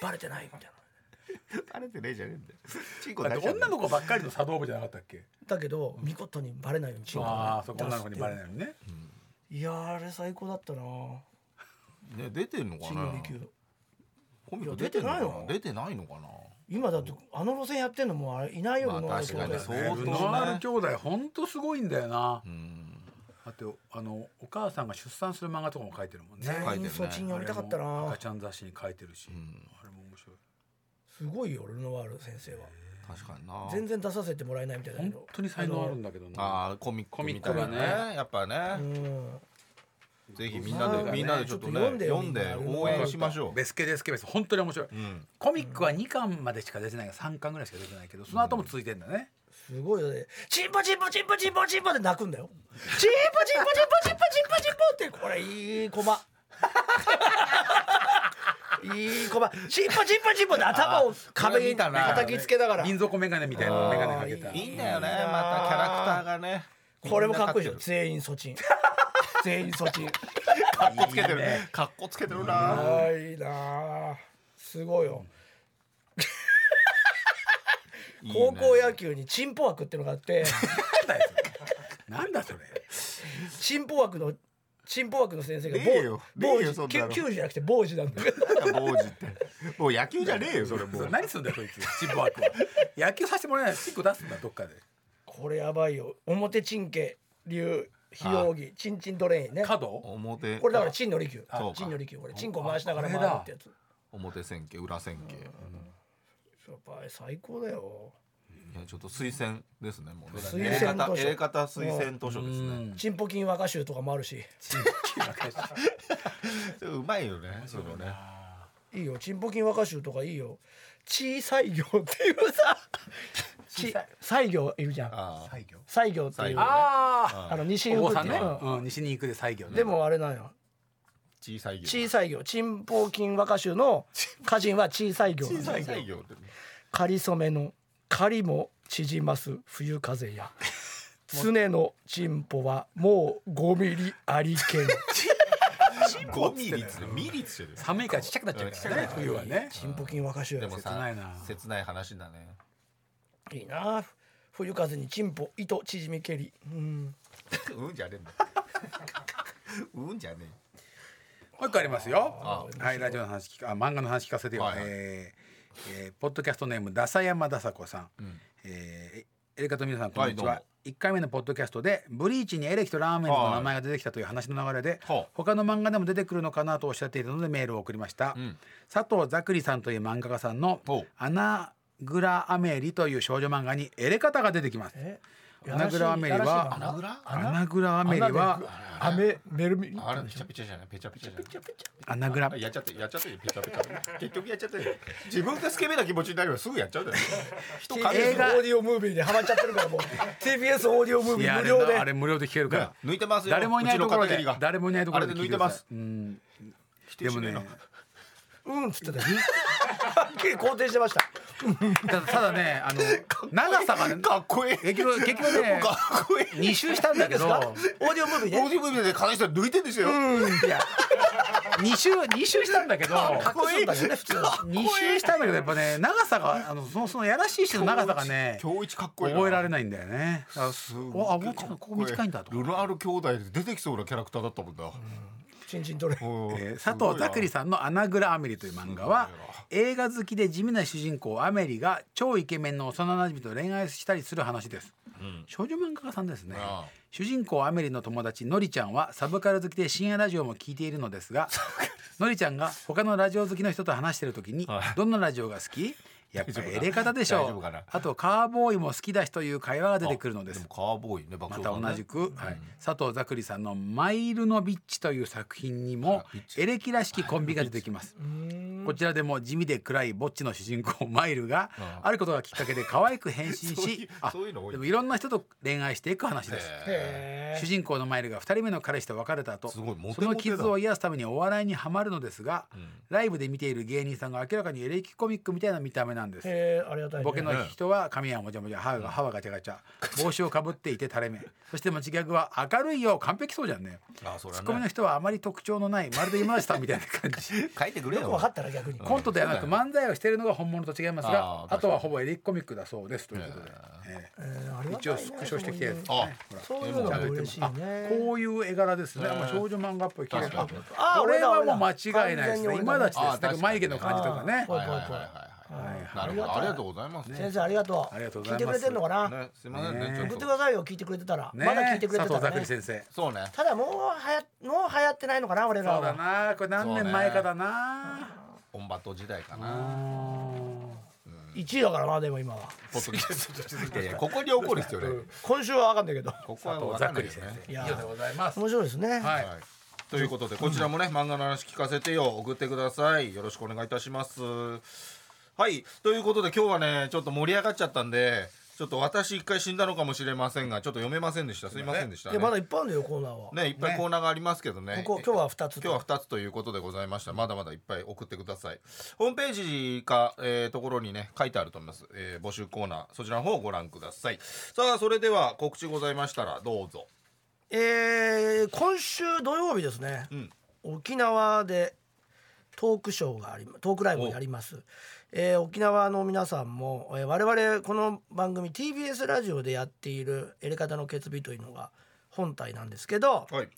[SPEAKER 2] バレてないみたいな
[SPEAKER 3] あれってねえじゃねえんだよチンコ
[SPEAKER 4] だ
[SPEAKER 3] 出
[SPEAKER 4] っ
[SPEAKER 3] してちゃうんだ
[SPEAKER 4] 女
[SPEAKER 3] よ
[SPEAKER 4] の子ばっかりの茶道部じゃなかったっけ
[SPEAKER 2] だけど見事にバレないようにチンコ
[SPEAKER 4] ああそ
[SPEAKER 2] を
[SPEAKER 4] こ
[SPEAKER 2] 出
[SPEAKER 4] 女の
[SPEAKER 2] す
[SPEAKER 4] 子
[SPEAKER 2] っ
[SPEAKER 4] に
[SPEAKER 2] て
[SPEAKER 4] バレないのね
[SPEAKER 2] いやーあれ最高だったな
[SPEAKER 3] ね出てんのか
[SPEAKER 2] 陳の
[SPEAKER 3] な
[SPEAKER 2] 利休
[SPEAKER 3] コミック
[SPEAKER 2] いや出てない
[SPEAKER 3] 出
[SPEAKER 2] の
[SPEAKER 3] てんのか出てないのかな
[SPEAKER 2] 今だってあの路線やってんのもうあれいないよ、
[SPEAKER 3] まあ
[SPEAKER 2] ルノアール
[SPEAKER 3] 確かに
[SPEAKER 2] 兄弟
[SPEAKER 3] 相当ね
[SPEAKER 4] ルノアール兄弟ほんとすごいんだよな
[SPEAKER 3] うん
[SPEAKER 4] だってあのお母さんが出産する漫画とかも書いてるもんね
[SPEAKER 3] 書いてる
[SPEAKER 2] 全
[SPEAKER 3] ね
[SPEAKER 2] 員そっちに読みたかった
[SPEAKER 4] あれも
[SPEAKER 2] な
[SPEAKER 4] 赤ちゃん雑誌に書いてるしあれも面白い
[SPEAKER 2] すごいよルノワール先生は
[SPEAKER 3] 確かにな
[SPEAKER 2] 全然出させてもらえないみたいだけ
[SPEAKER 4] 本
[SPEAKER 2] ど
[SPEAKER 4] 当に才能あるんだけどな
[SPEAKER 3] あーコミック
[SPEAKER 4] コミッ
[SPEAKER 3] み
[SPEAKER 4] ク
[SPEAKER 3] たいな
[SPEAKER 4] だね
[SPEAKER 3] ねやっぱね
[SPEAKER 2] うん
[SPEAKER 3] ぜひみんなでみんなでちょっとね
[SPEAKER 2] ちょっと読んでよ
[SPEAKER 3] 読んで応援しましょう
[SPEAKER 4] ベスケデスケベス本当に面白い、
[SPEAKER 3] ん
[SPEAKER 4] コミックは2巻までしか出てないから3巻ぐらいしか出てないけどその後も続いてんだね、
[SPEAKER 2] すごいよねチンポチンポチンポチンポチンポって泣くんだよチンポチンポチンポチンポチンポチンポってこれいい駒いい駒チンポチンポチンポって頭を壁に叩きつけながら
[SPEAKER 4] 民族メガネみたいなメガネかけた
[SPEAKER 3] いいんだよねまたキャラクターがね
[SPEAKER 2] これもかっこいいでしょ
[SPEAKER 3] みんな
[SPEAKER 2] 全員ソチン全員ソチン
[SPEAKER 3] かっこつけてるかっこつけてるな
[SPEAKER 2] はいいなあすごいよ高校野球にチンポ枠ってのがあって
[SPEAKER 4] なんだよそれなんだそれ
[SPEAKER 2] チンポ枠のチンポ枠の先生が
[SPEAKER 3] ねえよね
[SPEAKER 2] 坊
[SPEAKER 3] えよそ
[SPEAKER 2] 主
[SPEAKER 3] ん
[SPEAKER 2] 球
[SPEAKER 3] なの
[SPEAKER 2] 球児じゃなくて坊主なんだけど
[SPEAKER 3] なんか坊主ってもう野球じゃねえよそれも
[SPEAKER 4] そうれ何すんだよそいつチップワークは野球させてもらえないチップ出すんだどっかで
[SPEAKER 2] これやばいよ表チンケ流非容疑チンチントレインね
[SPEAKER 4] 角
[SPEAKER 3] 表
[SPEAKER 2] これだからチンの利休
[SPEAKER 3] そうか
[SPEAKER 2] チンの利休これチンコ回しながら回るってやつ
[SPEAKER 3] 表線形裏線形
[SPEAKER 2] やっぱり最高だよ
[SPEAKER 3] いやちょっと推薦ですねもうね
[SPEAKER 2] 推薦図書
[SPEAKER 3] A 型 A 型推薦図書ですね
[SPEAKER 2] チンポキン和歌集とかもあるし
[SPEAKER 3] それうまいよねそのね
[SPEAKER 2] いいよチンポキン和歌集とかいいよ小さいよっていうさち西行いるじゃん
[SPEAKER 3] あー
[SPEAKER 4] 西行
[SPEAKER 2] 西行ってい
[SPEAKER 3] 西
[SPEAKER 2] う
[SPEAKER 3] 行
[SPEAKER 2] あ
[SPEAKER 4] あ
[SPEAKER 2] の西に
[SPEAKER 4] あ
[SPEAKER 2] 行
[SPEAKER 4] お
[SPEAKER 2] く
[SPEAKER 4] さ
[SPEAKER 2] って
[SPEAKER 4] ん
[SPEAKER 2] いう
[SPEAKER 4] ね、
[SPEAKER 2] う
[SPEAKER 4] うん、西に行くで西行
[SPEAKER 2] ん
[SPEAKER 4] ね
[SPEAKER 2] でもあれなんよ
[SPEAKER 3] 小さい業
[SPEAKER 2] 小さい行沈宝金和歌集の歌人は小さい行
[SPEAKER 3] 小さい業って
[SPEAKER 2] 仮初めの仮も縮ます冬風 や常のチンポはもう5ミリあり けん
[SPEAKER 3] 5ミリっつってミリっつってる
[SPEAKER 4] 寒いからちっちゃくなっちゃうからね
[SPEAKER 3] ちっちゃくなっちゃう
[SPEAKER 4] 冬はね
[SPEAKER 2] チンポ金若衆
[SPEAKER 3] でも
[SPEAKER 4] 切
[SPEAKER 3] さ
[SPEAKER 4] ないな
[SPEAKER 3] 切ない話だね
[SPEAKER 2] いいなあ冬風にチンポ糸縮みけりうん
[SPEAKER 3] うんじゃねえんだうんじゃねえ
[SPEAKER 4] もう一個ありますよ
[SPEAKER 3] あ
[SPEAKER 4] はいラジオの話聞かあ漫画の話聞かせてよ、
[SPEAKER 3] はいはい
[SPEAKER 4] えーえーポッドキャストネームダサヤマダサコさん、
[SPEAKER 3] ん
[SPEAKER 4] えーエレカと皆さんこんにち
[SPEAKER 3] はい
[SPEAKER 4] は、
[SPEAKER 3] どうも
[SPEAKER 4] 一1回目のポッドキャストでブリーチにエレキとラーメンズの名前が出てきたという話の流れで、
[SPEAKER 3] はい
[SPEAKER 4] 他の漫画でも出てくるのかなとおっしゃっていたのでメールを送りました、
[SPEAKER 3] ん
[SPEAKER 4] 佐藤ザクリさんという漫画家さんの
[SPEAKER 3] おう
[SPEAKER 4] 「アナグラアメリ」という少女漫画にエレカタが出てきます
[SPEAKER 2] え
[SPEAKER 4] アナグラアメリは
[SPEAKER 3] 穴蔵
[SPEAKER 4] アナグラアメリは
[SPEAKER 2] アメメルミリ
[SPEAKER 3] あれペチャペチャじゃないペチャペチャじゃない
[SPEAKER 4] アナグラ
[SPEAKER 3] あやっちゃってやっちゃってペチャペチャ結局やっちゃってる自分がスケベな気持ちになればすぐやっちゃうだよ人影
[SPEAKER 4] 映画
[SPEAKER 2] TBS オーディオムービーでハマっちゃってる からもう TBS オーディオムー
[SPEAKER 4] い
[SPEAKER 2] ビ
[SPEAKER 4] やあ
[SPEAKER 2] ー無
[SPEAKER 4] れ
[SPEAKER 2] 料
[SPEAKER 4] なあれ
[SPEAKER 2] で
[SPEAKER 4] 無料で聞けるから、
[SPEAKER 3] 抜いてますよ
[SPEAKER 4] 誰もいないところ
[SPEAKER 3] うちの片
[SPEAKER 4] で
[SPEAKER 3] 桐が
[SPEAKER 4] 誰もいないところで
[SPEAKER 3] あれで抜いてます
[SPEAKER 4] 聞く
[SPEAKER 3] 定し
[SPEAKER 4] ださいうんで
[SPEAKER 3] ねえ
[SPEAKER 4] も
[SPEAKER 3] な
[SPEAKER 4] ね
[SPEAKER 2] うんっつってたよ はっきり肯定して ました
[SPEAKER 4] ただただね あの長さがね
[SPEAKER 3] かっこいい
[SPEAKER 4] 結局結局ね
[SPEAKER 3] かっこいい
[SPEAKER 4] 2周したんだけど
[SPEAKER 2] オーディオムービーね
[SPEAKER 3] ボディームービーで悲しさ抜いてんですよ
[SPEAKER 4] いや2周二周したんだけど
[SPEAKER 2] 隠すんだよね普通は
[SPEAKER 4] 2周したんだけどやっぱね長さがあのそのそのやらしい人の長さがね
[SPEAKER 3] 今日一かっこいいな
[SPEAKER 4] 覚えられないんだよねだから
[SPEAKER 3] すごい
[SPEAKER 4] おあもうここ短いんだと
[SPEAKER 3] ルナール兄弟で出てきそうなキャラクターだったもんだ、
[SPEAKER 2] チンチン取れ
[SPEAKER 3] おー
[SPEAKER 4] えー佐藤ザクリ
[SPEAKER 3] す
[SPEAKER 4] さんの「アナグラ・アメリ」という漫画は
[SPEAKER 3] す
[SPEAKER 4] 映画好きで地味な主人公アメリが超イケメンの幼馴染と恋愛したりする話です、少女漫画家さんですね
[SPEAKER 3] ああ
[SPEAKER 4] 主人公アメリの友達のりちゃんはサブカル好きで深夜ラジオも聞いているのですがのりちゃんが他のラジオ好きの人と話してる時に
[SPEAKER 3] はい
[SPEAKER 4] 「どんなラジオが好き?」やっぱエレカタでし
[SPEAKER 3] 大丈
[SPEAKER 4] ょ
[SPEAKER 3] 夫
[SPEAKER 4] う
[SPEAKER 3] かな
[SPEAKER 4] あとカーボーイも好きだしという会話が出
[SPEAKER 3] ごいな
[SPEAKER 4] てくるのです
[SPEAKER 3] あもカーボーイね
[SPEAKER 4] ま
[SPEAKER 3] 爆笑
[SPEAKER 4] た
[SPEAKER 3] さんね
[SPEAKER 4] 同じく、はい、佐藤ザクリさんの「マイルのビッチ」という作品にも
[SPEAKER 3] あビッチ
[SPEAKER 4] エレキらしきコンビが出てきますこちらでも地味で暗いぼっちの主人公マイルがあることがきっかけで可愛く変身
[SPEAKER 3] そうい
[SPEAKER 4] し
[SPEAKER 3] う
[SPEAKER 4] あ
[SPEAKER 3] そういうの多い
[SPEAKER 4] でもいろんな人と恋愛していく話です
[SPEAKER 3] へ
[SPEAKER 4] 主人公のマイルが2人目の彼氏と別れた後
[SPEAKER 3] すごいモテモテ
[SPEAKER 4] そ
[SPEAKER 3] だ
[SPEAKER 4] の傷を癒すためにお笑いにはまるのですが、ライブで見ている芸人さんが明らかにエレキコミックみたいな見た目なんです
[SPEAKER 2] えー、ありがたい、ね、
[SPEAKER 4] ボケの人は髪はもじゃもじゃ歯が歯はガチャガチャ帽子をかぶっていて垂れ 目そして持ちギャグは「明るいよ完璧そうじゃんね」
[SPEAKER 3] えあそれ
[SPEAKER 4] ツ
[SPEAKER 3] は
[SPEAKER 4] ッコミの
[SPEAKER 3] ね
[SPEAKER 4] 人はあまり特徴のないまるで今田さんみたいな感 じ
[SPEAKER 3] 書いてくれよ
[SPEAKER 2] 分かったら逆に
[SPEAKER 4] コントではなく漫才をしているのが本物と違います
[SPEAKER 3] あ
[SPEAKER 4] が
[SPEAKER 3] ー確か
[SPEAKER 4] あ
[SPEAKER 3] に
[SPEAKER 4] とはほぼエレキコミックだそうですということで、ええ
[SPEAKER 2] ありがたいね
[SPEAKER 4] 一応スクショしてきてやつ、ね、
[SPEAKER 3] あ
[SPEAKER 4] ほら
[SPEAKER 2] そういうのが嬉しいね
[SPEAKER 4] こういう絵柄ですね、まあ少女漫画っぽい綺麗な
[SPEAKER 3] 確かに
[SPEAKER 2] あ
[SPEAKER 4] これはもう間
[SPEAKER 2] 俺だ
[SPEAKER 4] 違いないですね
[SPEAKER 2] 完全に俺だ
[SPEAKER 4] 今だちです
[SPEAKER 3] あ確か
[SPEAKER 4] ね
[SPEAKER 3] に
[SPEAKER 4] 眉毛の感じとかね
[SPEAKER 2] あー
[SPEAKER 3] はいはいはいはいなるほどありがとうございます
[SPEAKER 2] 先生ありがとう
[SPEAKER 4] ありがとうございます
[SPEAKER 2] 聞いてくれてんのかな、
[SPEAKER 3] ねすいませんね
[SPEAKER 4] ね
[SPEAKER 3] ちょっ
[SPEAKER 2] 送
[SPEAKER 3] と
[SPEAKER 2] ってくださいよ聞いてくれてたら、まだ聞いてく
[SPEAKER 4] 佐
[SPEAKER 2] れてた
[SPEAKER 4] 藤
[SPEAKER 2] ら、
[SPEAKER 4] ザクリ
[SPEAKER 2] ね、
[SPEAKER 4] 先生
[SPEAKER 3] そうね
[SPEAKER 2] ただもうはやもう流行ってないのかな俺ら
[SPEAKER 4] そう
[SPEAKER 2] は
[SPEAKER 4] だなこれ何年前かだな、
[SPEAKER 3] オンバト時代か
[SPEAKER 4] うーん
[SPEAKER 3] な
[SPEAKER 2] 1位だからなでも今は
[SPEAKER 3] ポッドキャスト 続いてここに怒る必要ない
[SPEAKER 2] 今週は分かんないけど
[SPEAKER 3] ここは分
[SPEAKER 4] ざ
[SPEAKER 3] か
[SPEAKER 4] っ
[SPEAKER 3] んな
[SPEAKER 4] くり
[SPEAKER 3] いよ
[SPEAKER 4] 先
[SPEAKER 3] ね
[SPEAKER 4] 生以
[SPEAKER 2] いや
[SPEAKER 4] 上でございます
[SPEAKER 2] 面白いですね、
[SPEAKER 4] はい
[SPEAKER 3] はいということでこちらもね漫画の話聞かせてよ送ってくださいよろしくお願いいたしますはいということで今日はねちょっと盛り上がっちゃったんでちょっと私一回死んだのかもしれませんがちょっと読めませんでしたすいませんでした
[SPEAKER 2] いやまだ
[SPEAKER 3] ね
[SPEAKER 2] いっぱいあるんだよコーナーは、
[SPEAKER 3] ねいっぱいコーナーがありますけどね
[SPEAKER 2] ここ今日は2つ
[SPEAKER 3] 今日は2つということでございましたまだまだいっぱい送ってくださいホームページか、えーところにね書いてあると思います、えー募集コーナーそちらの方をご覧くださいさあそれでは告知ございましたらどうぞ
[SPEAKER 2] えー今週土曜日ですね、
[SPEAKER 3] ん
[SPEAKER 2] 沖縄でトークショーがありトークライブをやります、えー沖縄の皆さんも、えー我々この番組 TBS ラジオでやっている「エレカタの決意」というのが本体なんですけど、
[SPEAKER 3] はい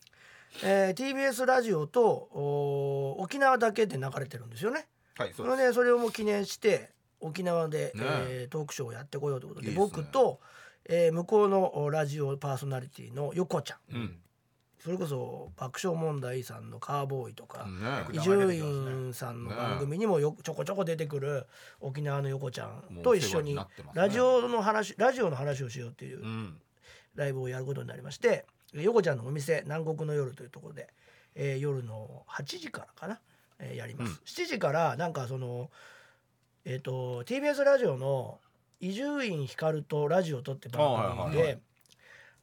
[SPEAKER 2] えー TBS ラジオとおー沖縄だけで流れてるんですよね。
[SPEAKER 3] はいそ
[SPEAKER 2] そう
[SPEAKER 3] で
[SPEAKER 2] れ
[SPEAKER 3] す
[SPEAKER 2] でそれをもう記念して沖縄で、
[SPEAKER 3] ね
[SPEAKER 2] えートークショーをやってこようということで
[SPEAKER 3] いいですね
[SPEAKER 2] 僕と、えー向こうのおラジオパーソナリティの横ちゃん
[SPEAKER 3] うん
[SPEAKER 2] それこそ爆笑問題さんのカーボーイとか
[SPEAKER 3] ね
[SPEAKER 2] 伊集院さんの番組にもよちょこちょこ出てくる沖縄の横ちゃんと一緒に
[SPEAKER 3] もうお世話になってますね
[SPEAKER 2] ラジオの話ラジオの話をしようっていううんライブをやることになりまして横ちゃんのお店南国の夜というところで、えー夜の8時からかな、えーやります、7時からなんかそのえっ、と TBS ラジオの伊集院光とラジオを撮ってた番組
[SPEAKER 3] あはいはい
[SPEAKER 2] で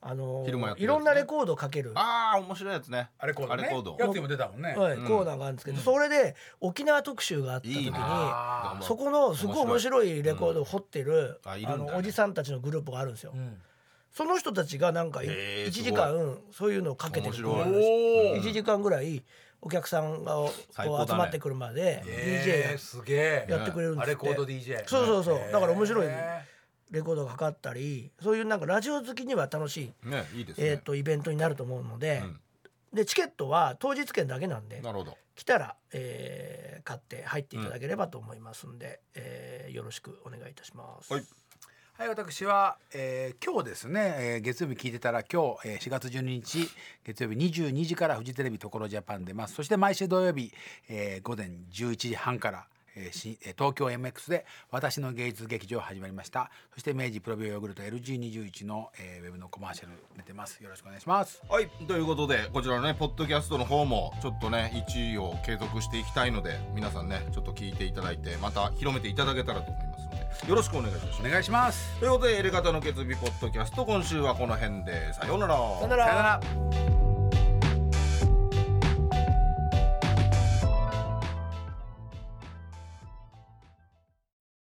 [SPEAKER 2] あの
[SPEAKER 3] 昼間やって
[SPEAKER 2] い
[SPEAKER 3] る
[SPEAKER 2] ろんなレコードをかける、は
[SPEAKER 3] ああ面白いやつね
[SPEAKER 4] あれコードね
[SPEAKER 3] あれコード
[SPEAKER 4] やつにも出たもんね、
[SPEAKER 2] い、
[SPEAKER 3] ん
[SPEAKER 2] コーナーがあるんですけど、それで沖縄特集があった時に
[SPEAKER 3] いいね
[SPEAKER 4] あー
[SPEAKER 2] そこのすごい面白いレコードを掘ってる、
[SPEAKER 3] うんあいるん
[SPEAKER 2] あ
[SPEAKER 3] だね
[SPEAKER 2] のおじさんたちのグループがあるんですよ。
[SPEAKER 4] うん
[SPEAKER 2] その人たちがなんかい
[SPEAKER 3] へー
[SPEAKER 2] 1時間そういうのをかけて
[SPEAKER 3] 面
[SPEAKER 2] る
[SPEAKER 3] 白い
[SPEAKER 2] コーナーです
[SPEAKER 4] お
[SPEAKER 2] 1時間ぐらいお客さんがこう
[SPEAKER 3] 最高だね
[SPEAKER 2] 集まってくるまで DJ
[SPEAKER 4] えー、すげえ
[SPEAKER 2] やってくれるん
[SPEAKER 4] あ
[SPEAKER 2] です
[SPEAKER 4] れ
[SPEAKER 2] って
[SPEAKER 4] コード DJ
[SPEAKER 2] そうそうそうだから面白い
[SPEAKER 4] え
[SPEAKER 2] レコードがかかったりそういうなんかラジオ好きには楽しい、
[SPEAKER 3] ねいいですね、
[SPEAKER 2] えー、とイベントになると思うので,、
[SPEAKER 3] うん
[SPEAKER 2] でチケットは当日券だけなんで
[SPEAKER 3] なるほど
[SPEAKER 2] 来たら、えー買って入っていただければと思いますんで、えーよろしくお願いいたします。
[SPEAKER 3] はい
[SPEAKER 4] ーはい私は、えー、今日ですね、えー、月曜日聞いてたら今日、えー、4月12日月曜日22時からフジテレビ所ジャパン出ますそして毎週土曜日、えー、午前11時半からえーしえー東京 MX で私の芸術劇場始まりましたそして明治プロビオヨーグルト LG21 の、えー、ウェブのコマーシャル出てますよろしくお願いします
[SPEAKER 3] はいということでこちらのねポッドキャストの方もちょっとね1位を継続していきたいので皆さんねちょっと聞いていただいてまた広めていただけたらと思いますのでよろしくお願いいたします
[SPEAKER 4] お願いします
[SPEAKER 3] ということで「エレガタの決意ポッドキャスト」今週はこの辺でさようなら。
[SPEAKER 2] さよな
[SPEAKER 4] さよな
[SPEAKER 2] ら
[SPEAKER 4] ら